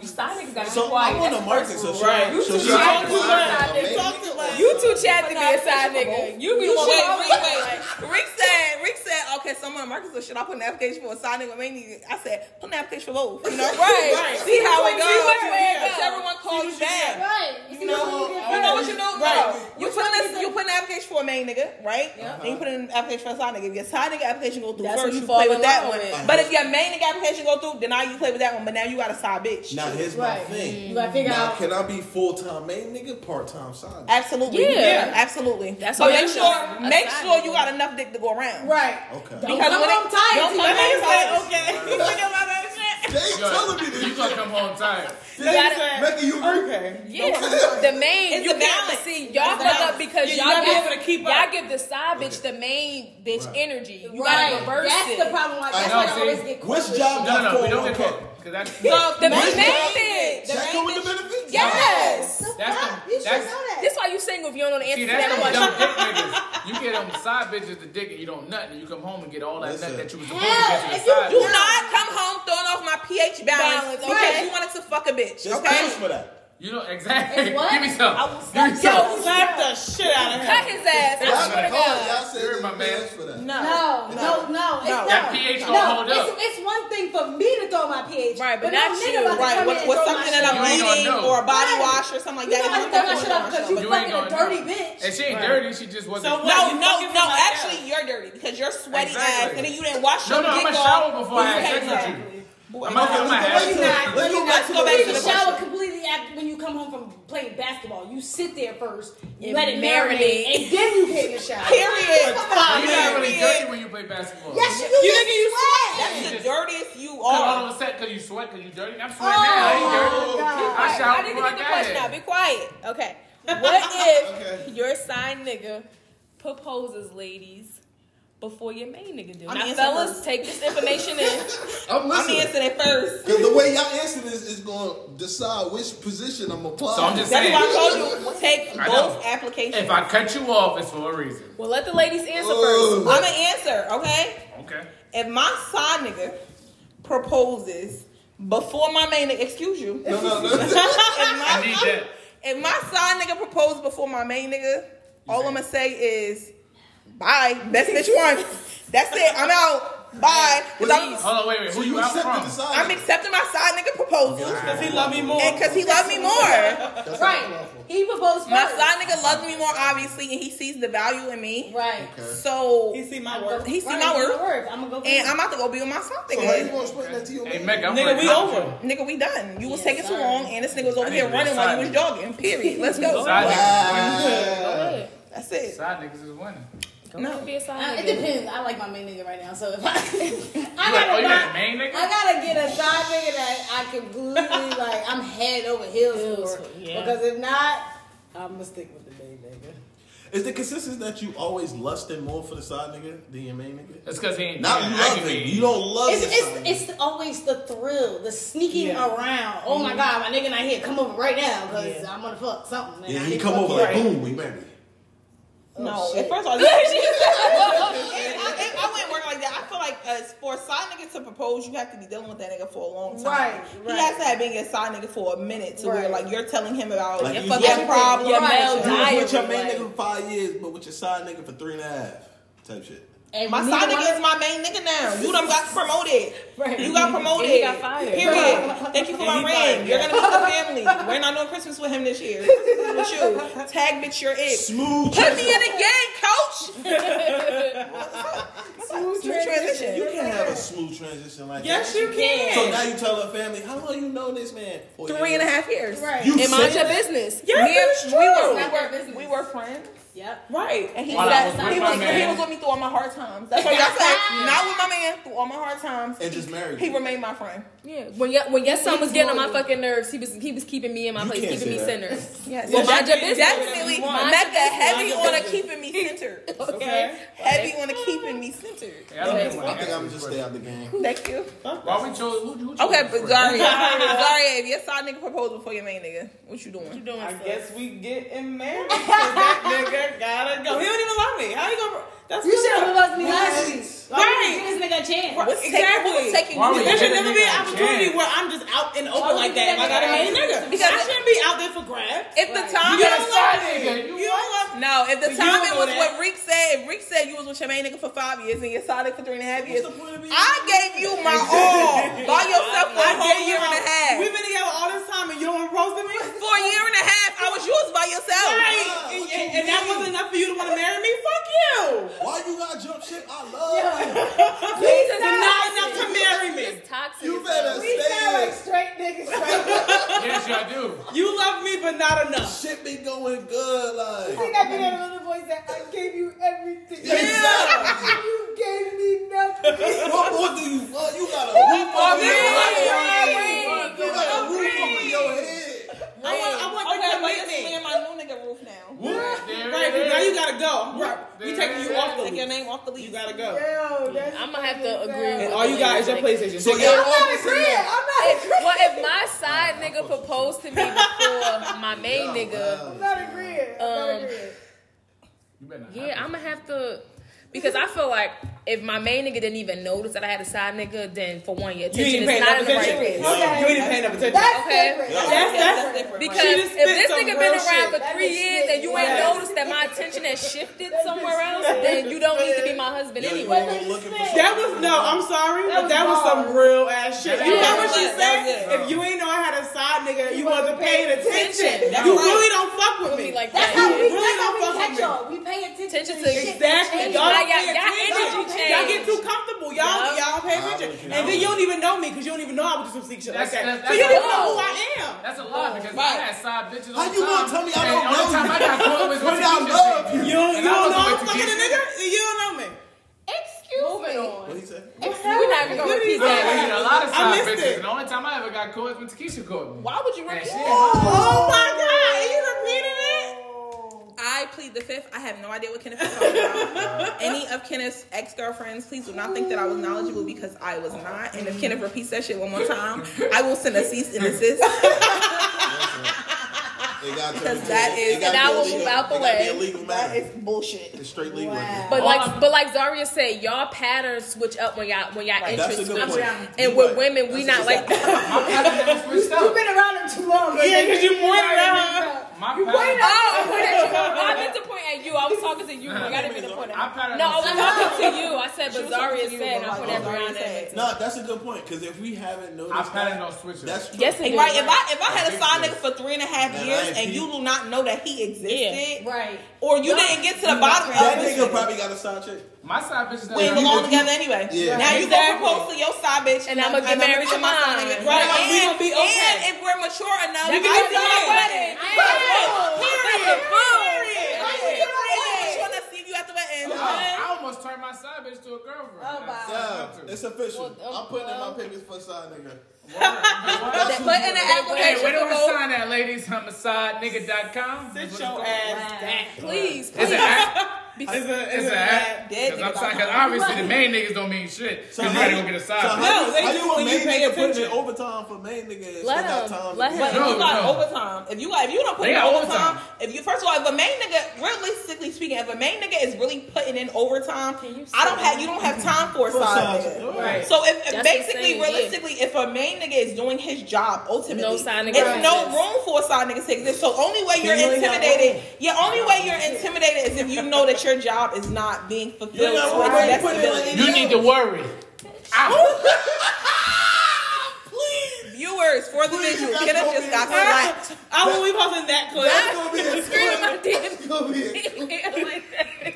You side niggas gotta be
So
quiet.
I'm on the
That's
market,
first
so
rule.
she, so she talked to
You too chatty to be a side nigga. You be
You
one.
should, wait, wait. Rick said, Rick said, okay, someone Marcus said, should I put an application for a sign nigga? Maybe I said, put an application for both. You know,
Right.
See how it
See which way it
goes.
goes.
If everyone calls you back.
right. You, see
know,
what
You know what you
you
do? No. You put in a, you put an application for a main nigga, right? Then you put in an application for a side nigga. If your side nigga application go through
Uh-huh. That's when you
first, you, play
fall
with
in
that
love
one.
with it.
But if your main nigga application go through, then now you play with that one. But now you got a side bitch.
Now, here's
Right. Mm-hmm.
my thing.
You gotta figure
now,
out-
can I be full time main nigga, part time side? nigga?
Absolutely.
Yeah.
absolutely.
That's
but
what
make
it is.
sure
A
make
side
sure
nigga.
you got enough dick to go around.
Right.
Okay.
Don't
Because
come
when it-
home tired.
don't
you
come
know?
home tired.
Okay.
They ain't
Yo,
telling me
You
this.
gonna come home tired.
You
gotta-
Making you agree.
Okay.
Yeah, the main
It's
you
the
can't
balance.
see y'all
It's the
fuck up
balance.
because
You
y'all
gotta be
give,
able to keep
y'all
up.
give the side bitch the main bitch
Right.
energy. You
Right.
gotta reverse
That's
it.
the problem. Like, that's
know,
why I always
see?
get caught
Which
with
job
shit.
No, no, no. We don't
That's
get
full,
caught. Cause that's
So, the main,
bitch.
bitch.
Check her with the benefits?
Yes.
The
That's the-
fuck? You should know
that's-
that.
That's why you single if you don't know the answer
See,
to
that's
that
them
question.
dumb dick niggas. You get them side bitches to dick and you don't nothing. You come home and get all that
Listen.
nut that you was supposed
Hell,
to get
if
to
you
the side.
Do
bitch.
No.
not come home throwing off my pH balance,
Balance,
because
okay.
you wanted to fuck a bitch.
Just
okay.
push for that.
You know exactly.
It's what?
Give me some.
I will slap
Give me
you.
some.
Slap the shit out of him.
Cut his ass.
Y'all
I swear to
call, y'all
God.
said
You're
just
my man.
push for that.
No, no, no, it's no.
That pH
no.
don't hold
it's,
up.
It's one thing for me to throw my pH,
Right, but
no
not
nigga
you.
About to
Right,
come
with,
in
with
and throw my
something that
shit
I'm
You ain't gonna
eating
know.
or a body
Right.
wash or something like
You
that.
know how to throw my shit up because you
You ain't
fucking a
gonna
dirty
know.
bitch.
And she ain't dirty. She just wasn't.
So what?
No,
You
no,
fucking
no.
somebody
Actually,
else.
you're dirty because you're sweaty ass
Exactly.
and then you didn't wash
No,
your
no. I'm
dick
gonna
off.
shower before I have sex with you.
Exactly.
I'm gonna I'm gonna have
Let's
sex.
go back
Not,
to- let's go
back
back to the
you
to
didn't
the
original
shower completely after when you come home from playing basketball. You sit there first, you
And
let it
marinate.
marinate, and then you get in the shower.
Period.
You're not really dirty when you play basketball.
Yes, you,
You
you
nigga, you sweat.
sweat.
That's the dirtiest you
Cause all
are.
of a sudden, cause you sweat, cause you dirty. I'm sweating
Oh,
now. I ain't
my
dirty.
God.
I shower
I need to
before I
get the
got
question
here.
out. Be quiet. Okay. What if
Okay.
your side nigga proposes, ladies, before your main nigga do?
I'm
now,
answering
fellas,
first.
take this information in.
I'm
I'm
listening.
answering it first.
Because the way y'all answer this is going to decide which position I'm applying.
So I'm just
That's
saying,
why I told you take
I know.
both applications.
if I cut you off, it's for a reason.
Well, let the ladies answer
Ugh.
first.
I'm an answer, okay?
Okay.
If my side nigga proposes before my main nigga, excuse you.
No, no, no.
if,
I need
my,
that.
if my side nigga proposes before my main nigga, all I'm gonna say is bye. Best bitch won. That's it. I'm out. Bye. 'Cause I'm-
Hold on, wait, wait. Who you out
accepted
from?
the side.
I'm accepting my side nigga proposal.
Because he love me more.
And cause he loved me more.
That's
Right. He proposed first.
My side nigga loved me more, obviously, and he sees the value in me.
Right.
Okay.
So,
So
He
and
see my work.
He see
Right,
my
you
worth.
know worth. I'm gonna go. for it.
I'm about to go be with my side
how you
nigga.
gonna explain that to your
Hey,
man?
Mecca, I'm
Nigga,
like,
we over.
Nigga, we done. You was
Yeah,
taking too
sorry.
long, and this nigga was over
I
here
need to
running while you was
decide.
jogging. Period. Let's go.
Side niggas,
Go ahead.
That's it.
side niggas is winning.
No. Be a side
Uh, it
nigga.
depends. I like my main nigga right now, so if I, I
You like, oh,
gotta
you like
not-
the main nigga?
I gotta get a side nigga that I completely like. I'm head over heels,
Heels
for,
for, yeah.
because if not, I'm gonna stick with the main nigga.
Is the consensus that you always lusting more for the side nigga than your main nigga?
That's because he ain't
Not
doing
love
acting.
it. You don't love
It's,
the side
it's it's always the thrill, the sneaking
Yeah.
around. Oh my god, my nigga not here. Come over right now because I'm gonna fuck
nigga.
something. and
Yeah,
I
he
need to
come
fuck
over
you.
like boom, we married.
No,
Oh, shit.
at first I was if, I, if I went work like that, I feel like uh, for a side nigga to propose, you have to be dealing with that nigga for a long time.
Right, right.
He has to have been your side nigga for a minute to where
Right.
like you're telling him about
Like,
your
you-
fucking
Everything.
problem.
Your
Right.
male
You
diet.
was with your main
like-
nigga for five years, but with your side nigga for three and a half type shit.
And
My
neither
side
one
nigga
of-
is my main nigga now. You done got promoted.
Right.
You got promoted.
And he got fired.
Period. Thank you for my ring. You're gonna be with the family. We're not doing Christmas with him this year. Christmas with you. Tag bitch, you're it.
Smooth.
Put
transition.
me in the gang, coach.
Smooth
You
transition.
can have a smooth transition like
Yes,
that.
you can.
So now you tell her family, how long you know this man? Four
Three and a half years.
Right.
You
And mind
said
your
that?
business.
Yes,
Me
it's
and-
true.
we
We
were-
were,
It's not their business.
we were friends.
Yep.
Right. And he,
While I was
that,
with
he,
my
was, he
man.
was with me through all my hard times. That's why y'all said, not with my man, through all my hard times.
And just married.
He remained my friend.
Yeah, when your when your son was getting on my fucking nerves, he was he was keeping me in my
You
place,
can't
keeping me
say that.
centered.
Yes.
Well, mind your business.
Definitely,
Mind your
Mecca, heavy
Mind your
on a
business.
keeping me centered.
Okay.
Heavy on a keeping me centered.
Yeah, I don't even
I
want to
think
answer
I'm
this
just stay
question.
out the game.
Thank you.
Why we chose? Who, who chose
Okay,
this
but
for?
Zaria, Zaria, if your side nigga proposed before your main nigga, what you doing?
Doing
I
stuff.
guess we getting married. 'cause that nigga gotta go. He don't even love me. How you gonna? That's
You should have loved me last week.
Right.
Why would you give this nigga a chance?
Right.
What's taking-
Exactly.
what's taking you
Why would
There should
Yeah, nigga,
never be an
I
opportunity
can't.
where I'm just out and
Why
open
would
like
Oh, you
that. If I
never
got a
marry
main nigga,
Because-
I shouldn't be out there for grabs.
If the time
You got a
is
side nigga. You
You
don't love
don't love- No, if the
But you
time it
don't know
was
that.
what Reek said, if Reek said you was with your main nigga for five years and your side nigga for three and a half years,
the point of being-
I gave you my all by yourself for a whole year and a half.
We've been together all this time and you don't propose to me?
For a year and a half, I was yours by yourself.
Right. And, and- and that wasn't enough for you to want to marry me? Fuck you.
Why you got jump shit? I love
He's just
You're not
toxic.
enough to marry me.
He's just toxic.
you.
as
You better
hell.
stay.
straight niggas. Right?
Yes, y'all do.
You love me, but not enough.
Shit be going good, like.
I did that little voice that I gave you everything.
Exactly.
You gave me nothing.
What more do you want? You got a roof over your head. You got a roof over your head.
I want, I want
Okay,
okay,
wait a
wait me
minute.
and my new nigga roof now.
There it
Right, but now you
is.
gotta go. Right. We taking you off the
Take your
list.
name off the lease.
You gotta go.
Yo, that's
I'm gonna have to agree.
And
with
all you got is your PlayStation.
So
Take
you're
it.
I'm not
always in
agreeing.
there.
I'm not agreeing.
Well, if my side nigga proposed to me before my main nigga,
I'm not agreeing. I'm not
Um,
agreeing.
You better not
yeah,
have
I'm gonna have to. Because I feel like if my main nigga didn't even notice that I had a side nigga, then for one, your
You
attention
ain't
is
paying
not
no
in the right
attention.
place.
place.
You ain't paying no attention.
That's
Okay.
different.
Yeah.
That's- that's
different.
Because
She
if
just spit
this
some
nigga
real
been around
shit.
for
That
three
bitch
years
spit.
and you ain't
Yes.
noticed that my attention has shifted
bitch
somewhere else,
spit.
then you don't need to be my husband
Yo, you
anyway.
ain't looking for
That was no, I'm sorry,
That
but that
was
was some
hard.
real ass shit. You know what she
That was it.
said? If you ain't know I had a side nigga, you wasn't paying attention.
That's
You
right.
really don't fuck with me.
Like
That's
that.
how we,
Really
that's
don't
how
fuck
we
with
catch
me.
y'all. We pay attention,
Attention
to
to-
the shit.
Exactly.
Change.
Y'all
Y'all- y'all-
don't pay
y'all
attention.
energy
Y'all
change.
get too comfortable.
Yup.
Y'all y'all pay
I
attention.
don't
And then you don't even know me because you don't even know I was doing some sick shit like
That's-
that.
that's-
So you don't even
that's-
know who I am.
That's a lie because I had side bitches.
Oh, How
all the
you gonna
time.
tell me I
And
don't
the
know
only time I
you?
got caught was
When
with
I
the
love
teacher.
you.
You don't,
And
you
I
don't
was
know I'm
with the
fucking a
teacher.
nigga. You don't know me.
Excuse Moving on.
What he said?
We're not even gonna repeat
I had
that.
a lot of
I
side
missed
bitches.
it.
And the only time I ever got caught was when Takisha caught me.
Why would you
And
repeat
she
that?
had my
Oh my god, and you repeated it?
I plead the fifth. I have no idea what Kenneth is talking about. Any of Kenneth's ex girlfriends, please do not think that I was knowledgeable because I was not. And if Kenneth repeats that shit one more time, I will send a cease and desist.
They got to
Because
be-
that
they
is-
gotta
And I
be
will
illegal.
move out the
They gotta be
way.
illegal matter.
bullshit.
It's straight legal.
Wow.
But
All
like,
I'm-
but like Zaria said, y'all patterns switch up when y'all when y'all
That's a
interests
good
switch.
point.
And
You
with
right.
women, we
That's
not
a good
like
pattern never switched
You've
up.
been around him too long.
Yeah, 'cause you pointed at her.
My
pointed
pattern.
at-
Oh, I meant to point at you. I was talking to you. Like, I didn't mean to point at
My pattern.
No, I was
was-
talking to you. I said said
She was
Bazaria
talking to you,
said, and
but
I put
like,
that brown
Bazaria
ass.
said.
No, that's a good point because if we haven't noticed,
I patted
that-
on switches.
That's true.
Yes, it
Like,
is.
right, if I if I had a
Big
side nigga
difference.
for three and a half
That
years
IP.
and you do not know that he existed,
Right.
or you didn't get to the bottom
that
of it,
nigga probably got a side chick.
My side bitches
we ain't
don't-
belong together anyway.
Yeah.
Now you
Exactly.
gonna propose to your side bitch,
And I'ma get
I'ma
married
get
to
my
mine.
side nigga.
Right,
Right,
and we
and,
gonna be okay.
and if we're mature enough,
You
we
can do
do
my
it.
wedding.
Period.
Period.
Why you get married? She wanna see you at the wedding.
Uh-huh.
I almost turned my side bitch to a girlfriend.
Oh, wow.
Yeah, it's official.
Well,
I'm putting in my
well.
papers for side nigga.
Wow.
Put in an
Hey,
application
where do
for
I
both.
sign that, ladies? Homicidernigga.com.
Sit your ass down.
Please,
It's an
please.
app.
It's a,
It's
it's
an
a
Dead
app. Because
nigga
I'm
by
sorry,
now.
because obviously the main niggas don't mean shit. Because you
how
gotta go get a
so
side
how
bitch.
No,
you-
they
how
do
you
when
gonna
you
make
pay
nigga put in
attention.
overtime for main nigga? and
Let
still got
him.
time
Let
to do
him.
But
No,
you got
no.
overtime. If you got, if you don't put
They
in
got
overtime,
overtime.
if you first of all, if a main nigga, realistically speaking, if a main nigga is really putting in overtime,
you
I don't have you don't have time for a
For
side
side
nigga.
chick. Right.
So if
That's
basically,
insane, yeah.
realistically, if a main nigga is doing his job, ultimately,
No side nigga
it's no
exists.
room for a side nigga to exist. So only way you're
you ain't got
intimidated, yeah, only way you're intimidated is if you know that your job is not being
You
fulfilled.
got
to
one
its
way
best
to put it
ability.
like
You need to worry.
Viewers for the
Please,
visual,
that's
Kenneth
gonna
just
be
got
a-
slapped.
I will be posting that clip.
That's gonna be a
Screaming my damn
That's gonna be a
like that.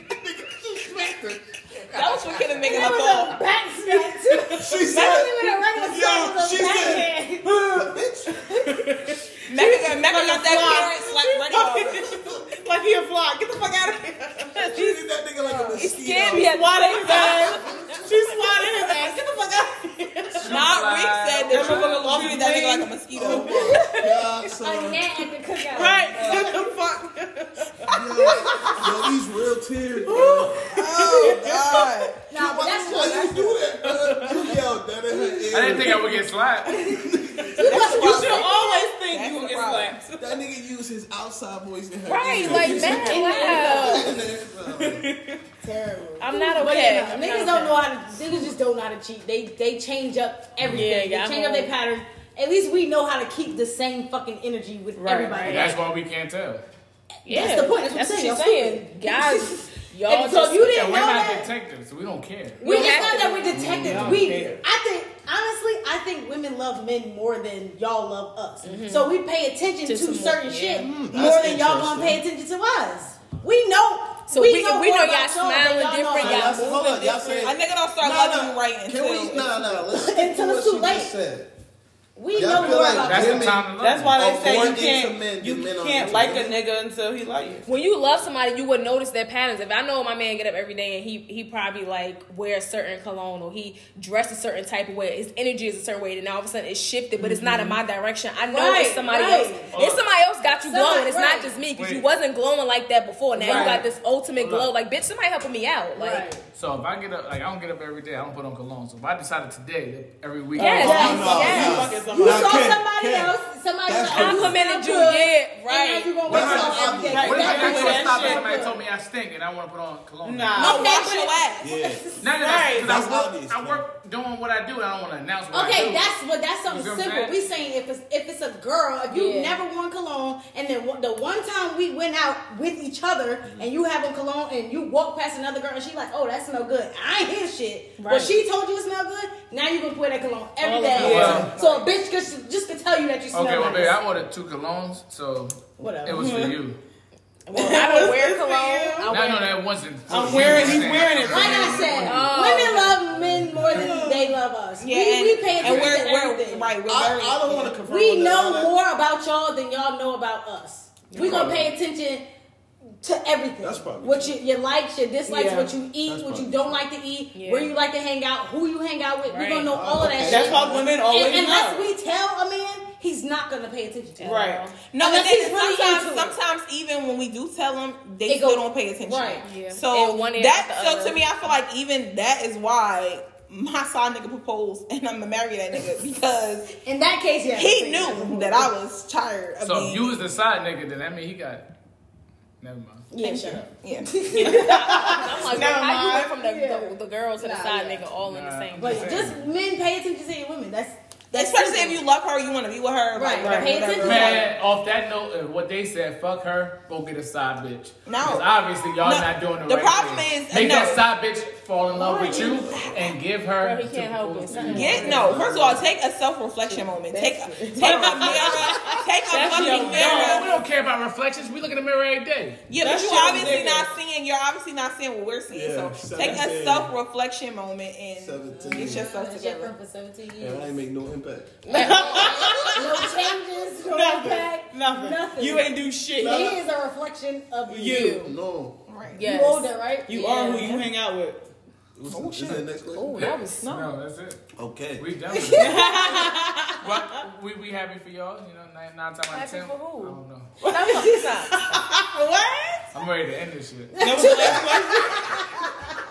That was for Kenneth making
That
up
was
all.
a back smack too.
She
That
said,
wasn't even a regular smack. It
yo,
was a
she
backhand.
said, "Huh, bitch.
Mecca, Mecca got that parents like ready already.
like he a fly. Get the fuck out of here.
She did that nigga like a mosquito.
Scared me at
Swatted
the
his ass. She swatted his ass. Get the fuck out of here.
Not Rick said that you would have treated that nigga like a
Oh
mosquito.
my God,
A
son. Yo,
net at the cookout.
Right. Get the fuck.
yo, these real tears, bro.
Oh god.
Nah, but that's
Why
true.
you do that, bro? You yelled that in her ear.
I didn't think I would get slapped.
You should always think
That's
you will
the
get
problem.
slapped.
That nigga used his outside voice in her
Right,
ear.
like that. Wow.
Terrible.
I'm not
But
okay.
yeah,
I'm
niggas
not
don't know how to. Niggas just don't know how to cheat. They they change up everything.
Yeah, yeah,
they change up
I'm
their patterns. At least we know how to keep the same fucking energy with
Right,
everybody.
right.
That's why we can't tell.
Yeah,
That's the point. That's what I'm saying.
she's
Y'all
saying. Guys, y'all
And so
just
you
Yeah,
didn't
we're
know
not
that.
detectives, so we don't care.
We
We
just
have
not
to
that we're detectives.
Yeah,
we,
okay.
I think, honestly, I think women love men more than y'all love us. So we pay attention to,
Mm-hmm. To some-
certain
yeah.
shit more
Hmm, that's
than y'all gonna pay attention to us. We know.
So
we,
we-
know,
we
more
know
about
y'all
than
smiling
y'all know
different,
about
y'all
us.
Hold on, y'all say.
A nigga don't start
Nah,
loving
nah.
you right
Can
until
we? Nah, nah. Let's stick
Until
to
it's
what
too
she
late.
just said.
We
Y'all
know
feel
more
like
about you.
That's the
Women-
time to
That's
love.
why
Oh,
they say
born
you
into
can't,
men,
you
the men are
can't
into
like a
men.
nigga until he like you.
when you love somebody, you would notice their patterns. If I know my man get up every day and he he probably like wears certain cologne or he dresses a certain type of way, his energy is a certain way, then all of a sudden it's shifted, but it's not in my direction. I know
Mm-hmm. Right,
it's somebody
right.
else. It's somebody else got you
Somebody-
glowing. It's
right.
not just me because you
Wait.
wasn't glowing like that before. Now
Right.
you got this ultimate
Hold up.
glow. Like bitch, somebody helping me out. Like
Right.
So if I get up, like I don't get up every day, I don't put on cologne. So if I decided today, that every week,
Yes.
I'm
Yes.
No,
gonna-
Yes.
no.
You
Fucking somebody.
Nah,
saw
Ken,
somebody
Ken.
else. Somebody
That's
else.
cool.
complimented you.
good,
Yeah,
and
right.
now you gonna
What
waste
if I-
all everything.
what
What if I
That's
got to a
good.
stop and
That's
somebody
good.
told me I stink and I want to put on cologne?
Nah.
No,
Okay,
wash
but-
your ass.
Yeah.
Not that
Right.
because
That's
I work,
obvious,
I
man.
work doing what I do, and I don't want to announce what I
Okay,
do.
that's what that's something
You feel
simple.
me?
We saying if it's if it's a girl, if you
Yeah.
never worn cologne, and then one- the one time we went out with each other, and you have on cologne, and you walk past another girl, and she like, oh, that smell good. I ain't hear shit. But
Right.
she told you it smell good. Now you gonna put that cologne every
All
day.
over.
Yeah.
So a bitch just just can tell you that you smell
okay. Well,
nice.
baby, I ordered two colognes, so
Whatever.
it was for you.
well, I don't wear cologne.
Now,
I
I know
wear
that wasn't.
I'm wearing, he's wearing it.
like I said, women love men more than they love us.
Yeah,
we,
and,
we pay
and
attention
we're,
to
we're
everything.
right. We're
I,
very-
I don't want to confirm.
We
with that.
know more about y'all than y'all know about us. We gonna pay attention to everything.
That's probably
what you, your likes, your dislikes,
Yeah.
what you eat,
That's
what you
probably
don't like to eat,
Yeah.
where you like to hang out, who you hang out with. We
Right.
gonna know
Ah,
all of that
That's
shit.
why women always
And- unless
know.
we tell a man, he's not gonna pay attention to us.
Right.
No, but
Unless
then
he's really
sometimes,
into it.
sometimes even when we do tell them, they
It
still
go-
don't pay attention.
Right.
Yeah.
So
And one ear
that
out the
so
other.
to me, I feel like even that is why my side nigga proposed and I'm gonna marry that nigga because
In that case, yeah.
he knew that I was tired of
So
being.
if you was the side nigga, then that mean he got. Never mind.
Yeah, sure.
yeah.
I'm like,
Never
how you went
mind.
from the,
Yeah.
the, the girl to the
Nah,
side
yeah.
nigga all in the
Nah.
same?
But
day?
just men pay attention to your women. That's that's
Especially if you love her, you want to be with her.
Right,
Like,
right. Pay
whatever.
attention.
Man, off that note, uh, what they said, fuck her, go get a side bitch.
No.
Because obviously y'all
No.
not doing the,
The
right
problem
thing.
is-
make
no.
that side bitch fall in love with you and give her.
Bro, he can't help it. Something
Get no. First of all, take a self reflection moment. Take a, take a mirror. Take a fucking
No,
mirror.
we don't care about reflections. We look in the mirror every day.
Yeah, but
That
you
shit was
obviously
nigga.
not seeing. You're obviously not seeing what we're seeing.
Yeah,
so take a
seventeen.
self reflection moment and
Seventeen.
get yourself
That shit
together.
from for 17
And I
years.
ain't make no impact.
No changes, no
Nothing.
impact,
Nothing.
nothing.
You ain't do shit.
He is a reflection of you.
You.
No.
Right.
You
Yes.
older, right?
You are who you hang out with.
What's, oh, shit. Is that next question?
Oh, that was snow.
No, that's it.
Okay.
We done with it. well, we, we happy for y'all. You know, nine, nine times out of
Happy
ten.
for who?
I don't know.
What?
I'm ready to end this shit.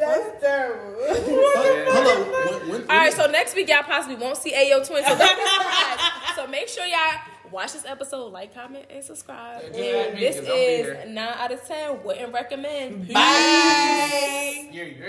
That was
That's
the last question.
terrible.
Hold on. When, when,
All right, so next week y'all possibly won't see Ayo Twins. So, don't be surprised. so make sure y'all watch this episode, like, comment, and subscribe.
Yeah, just add
And
me,
this
'cause I'll be
is
here.
nine out of ten. Wouldn't recommend.
You're, you're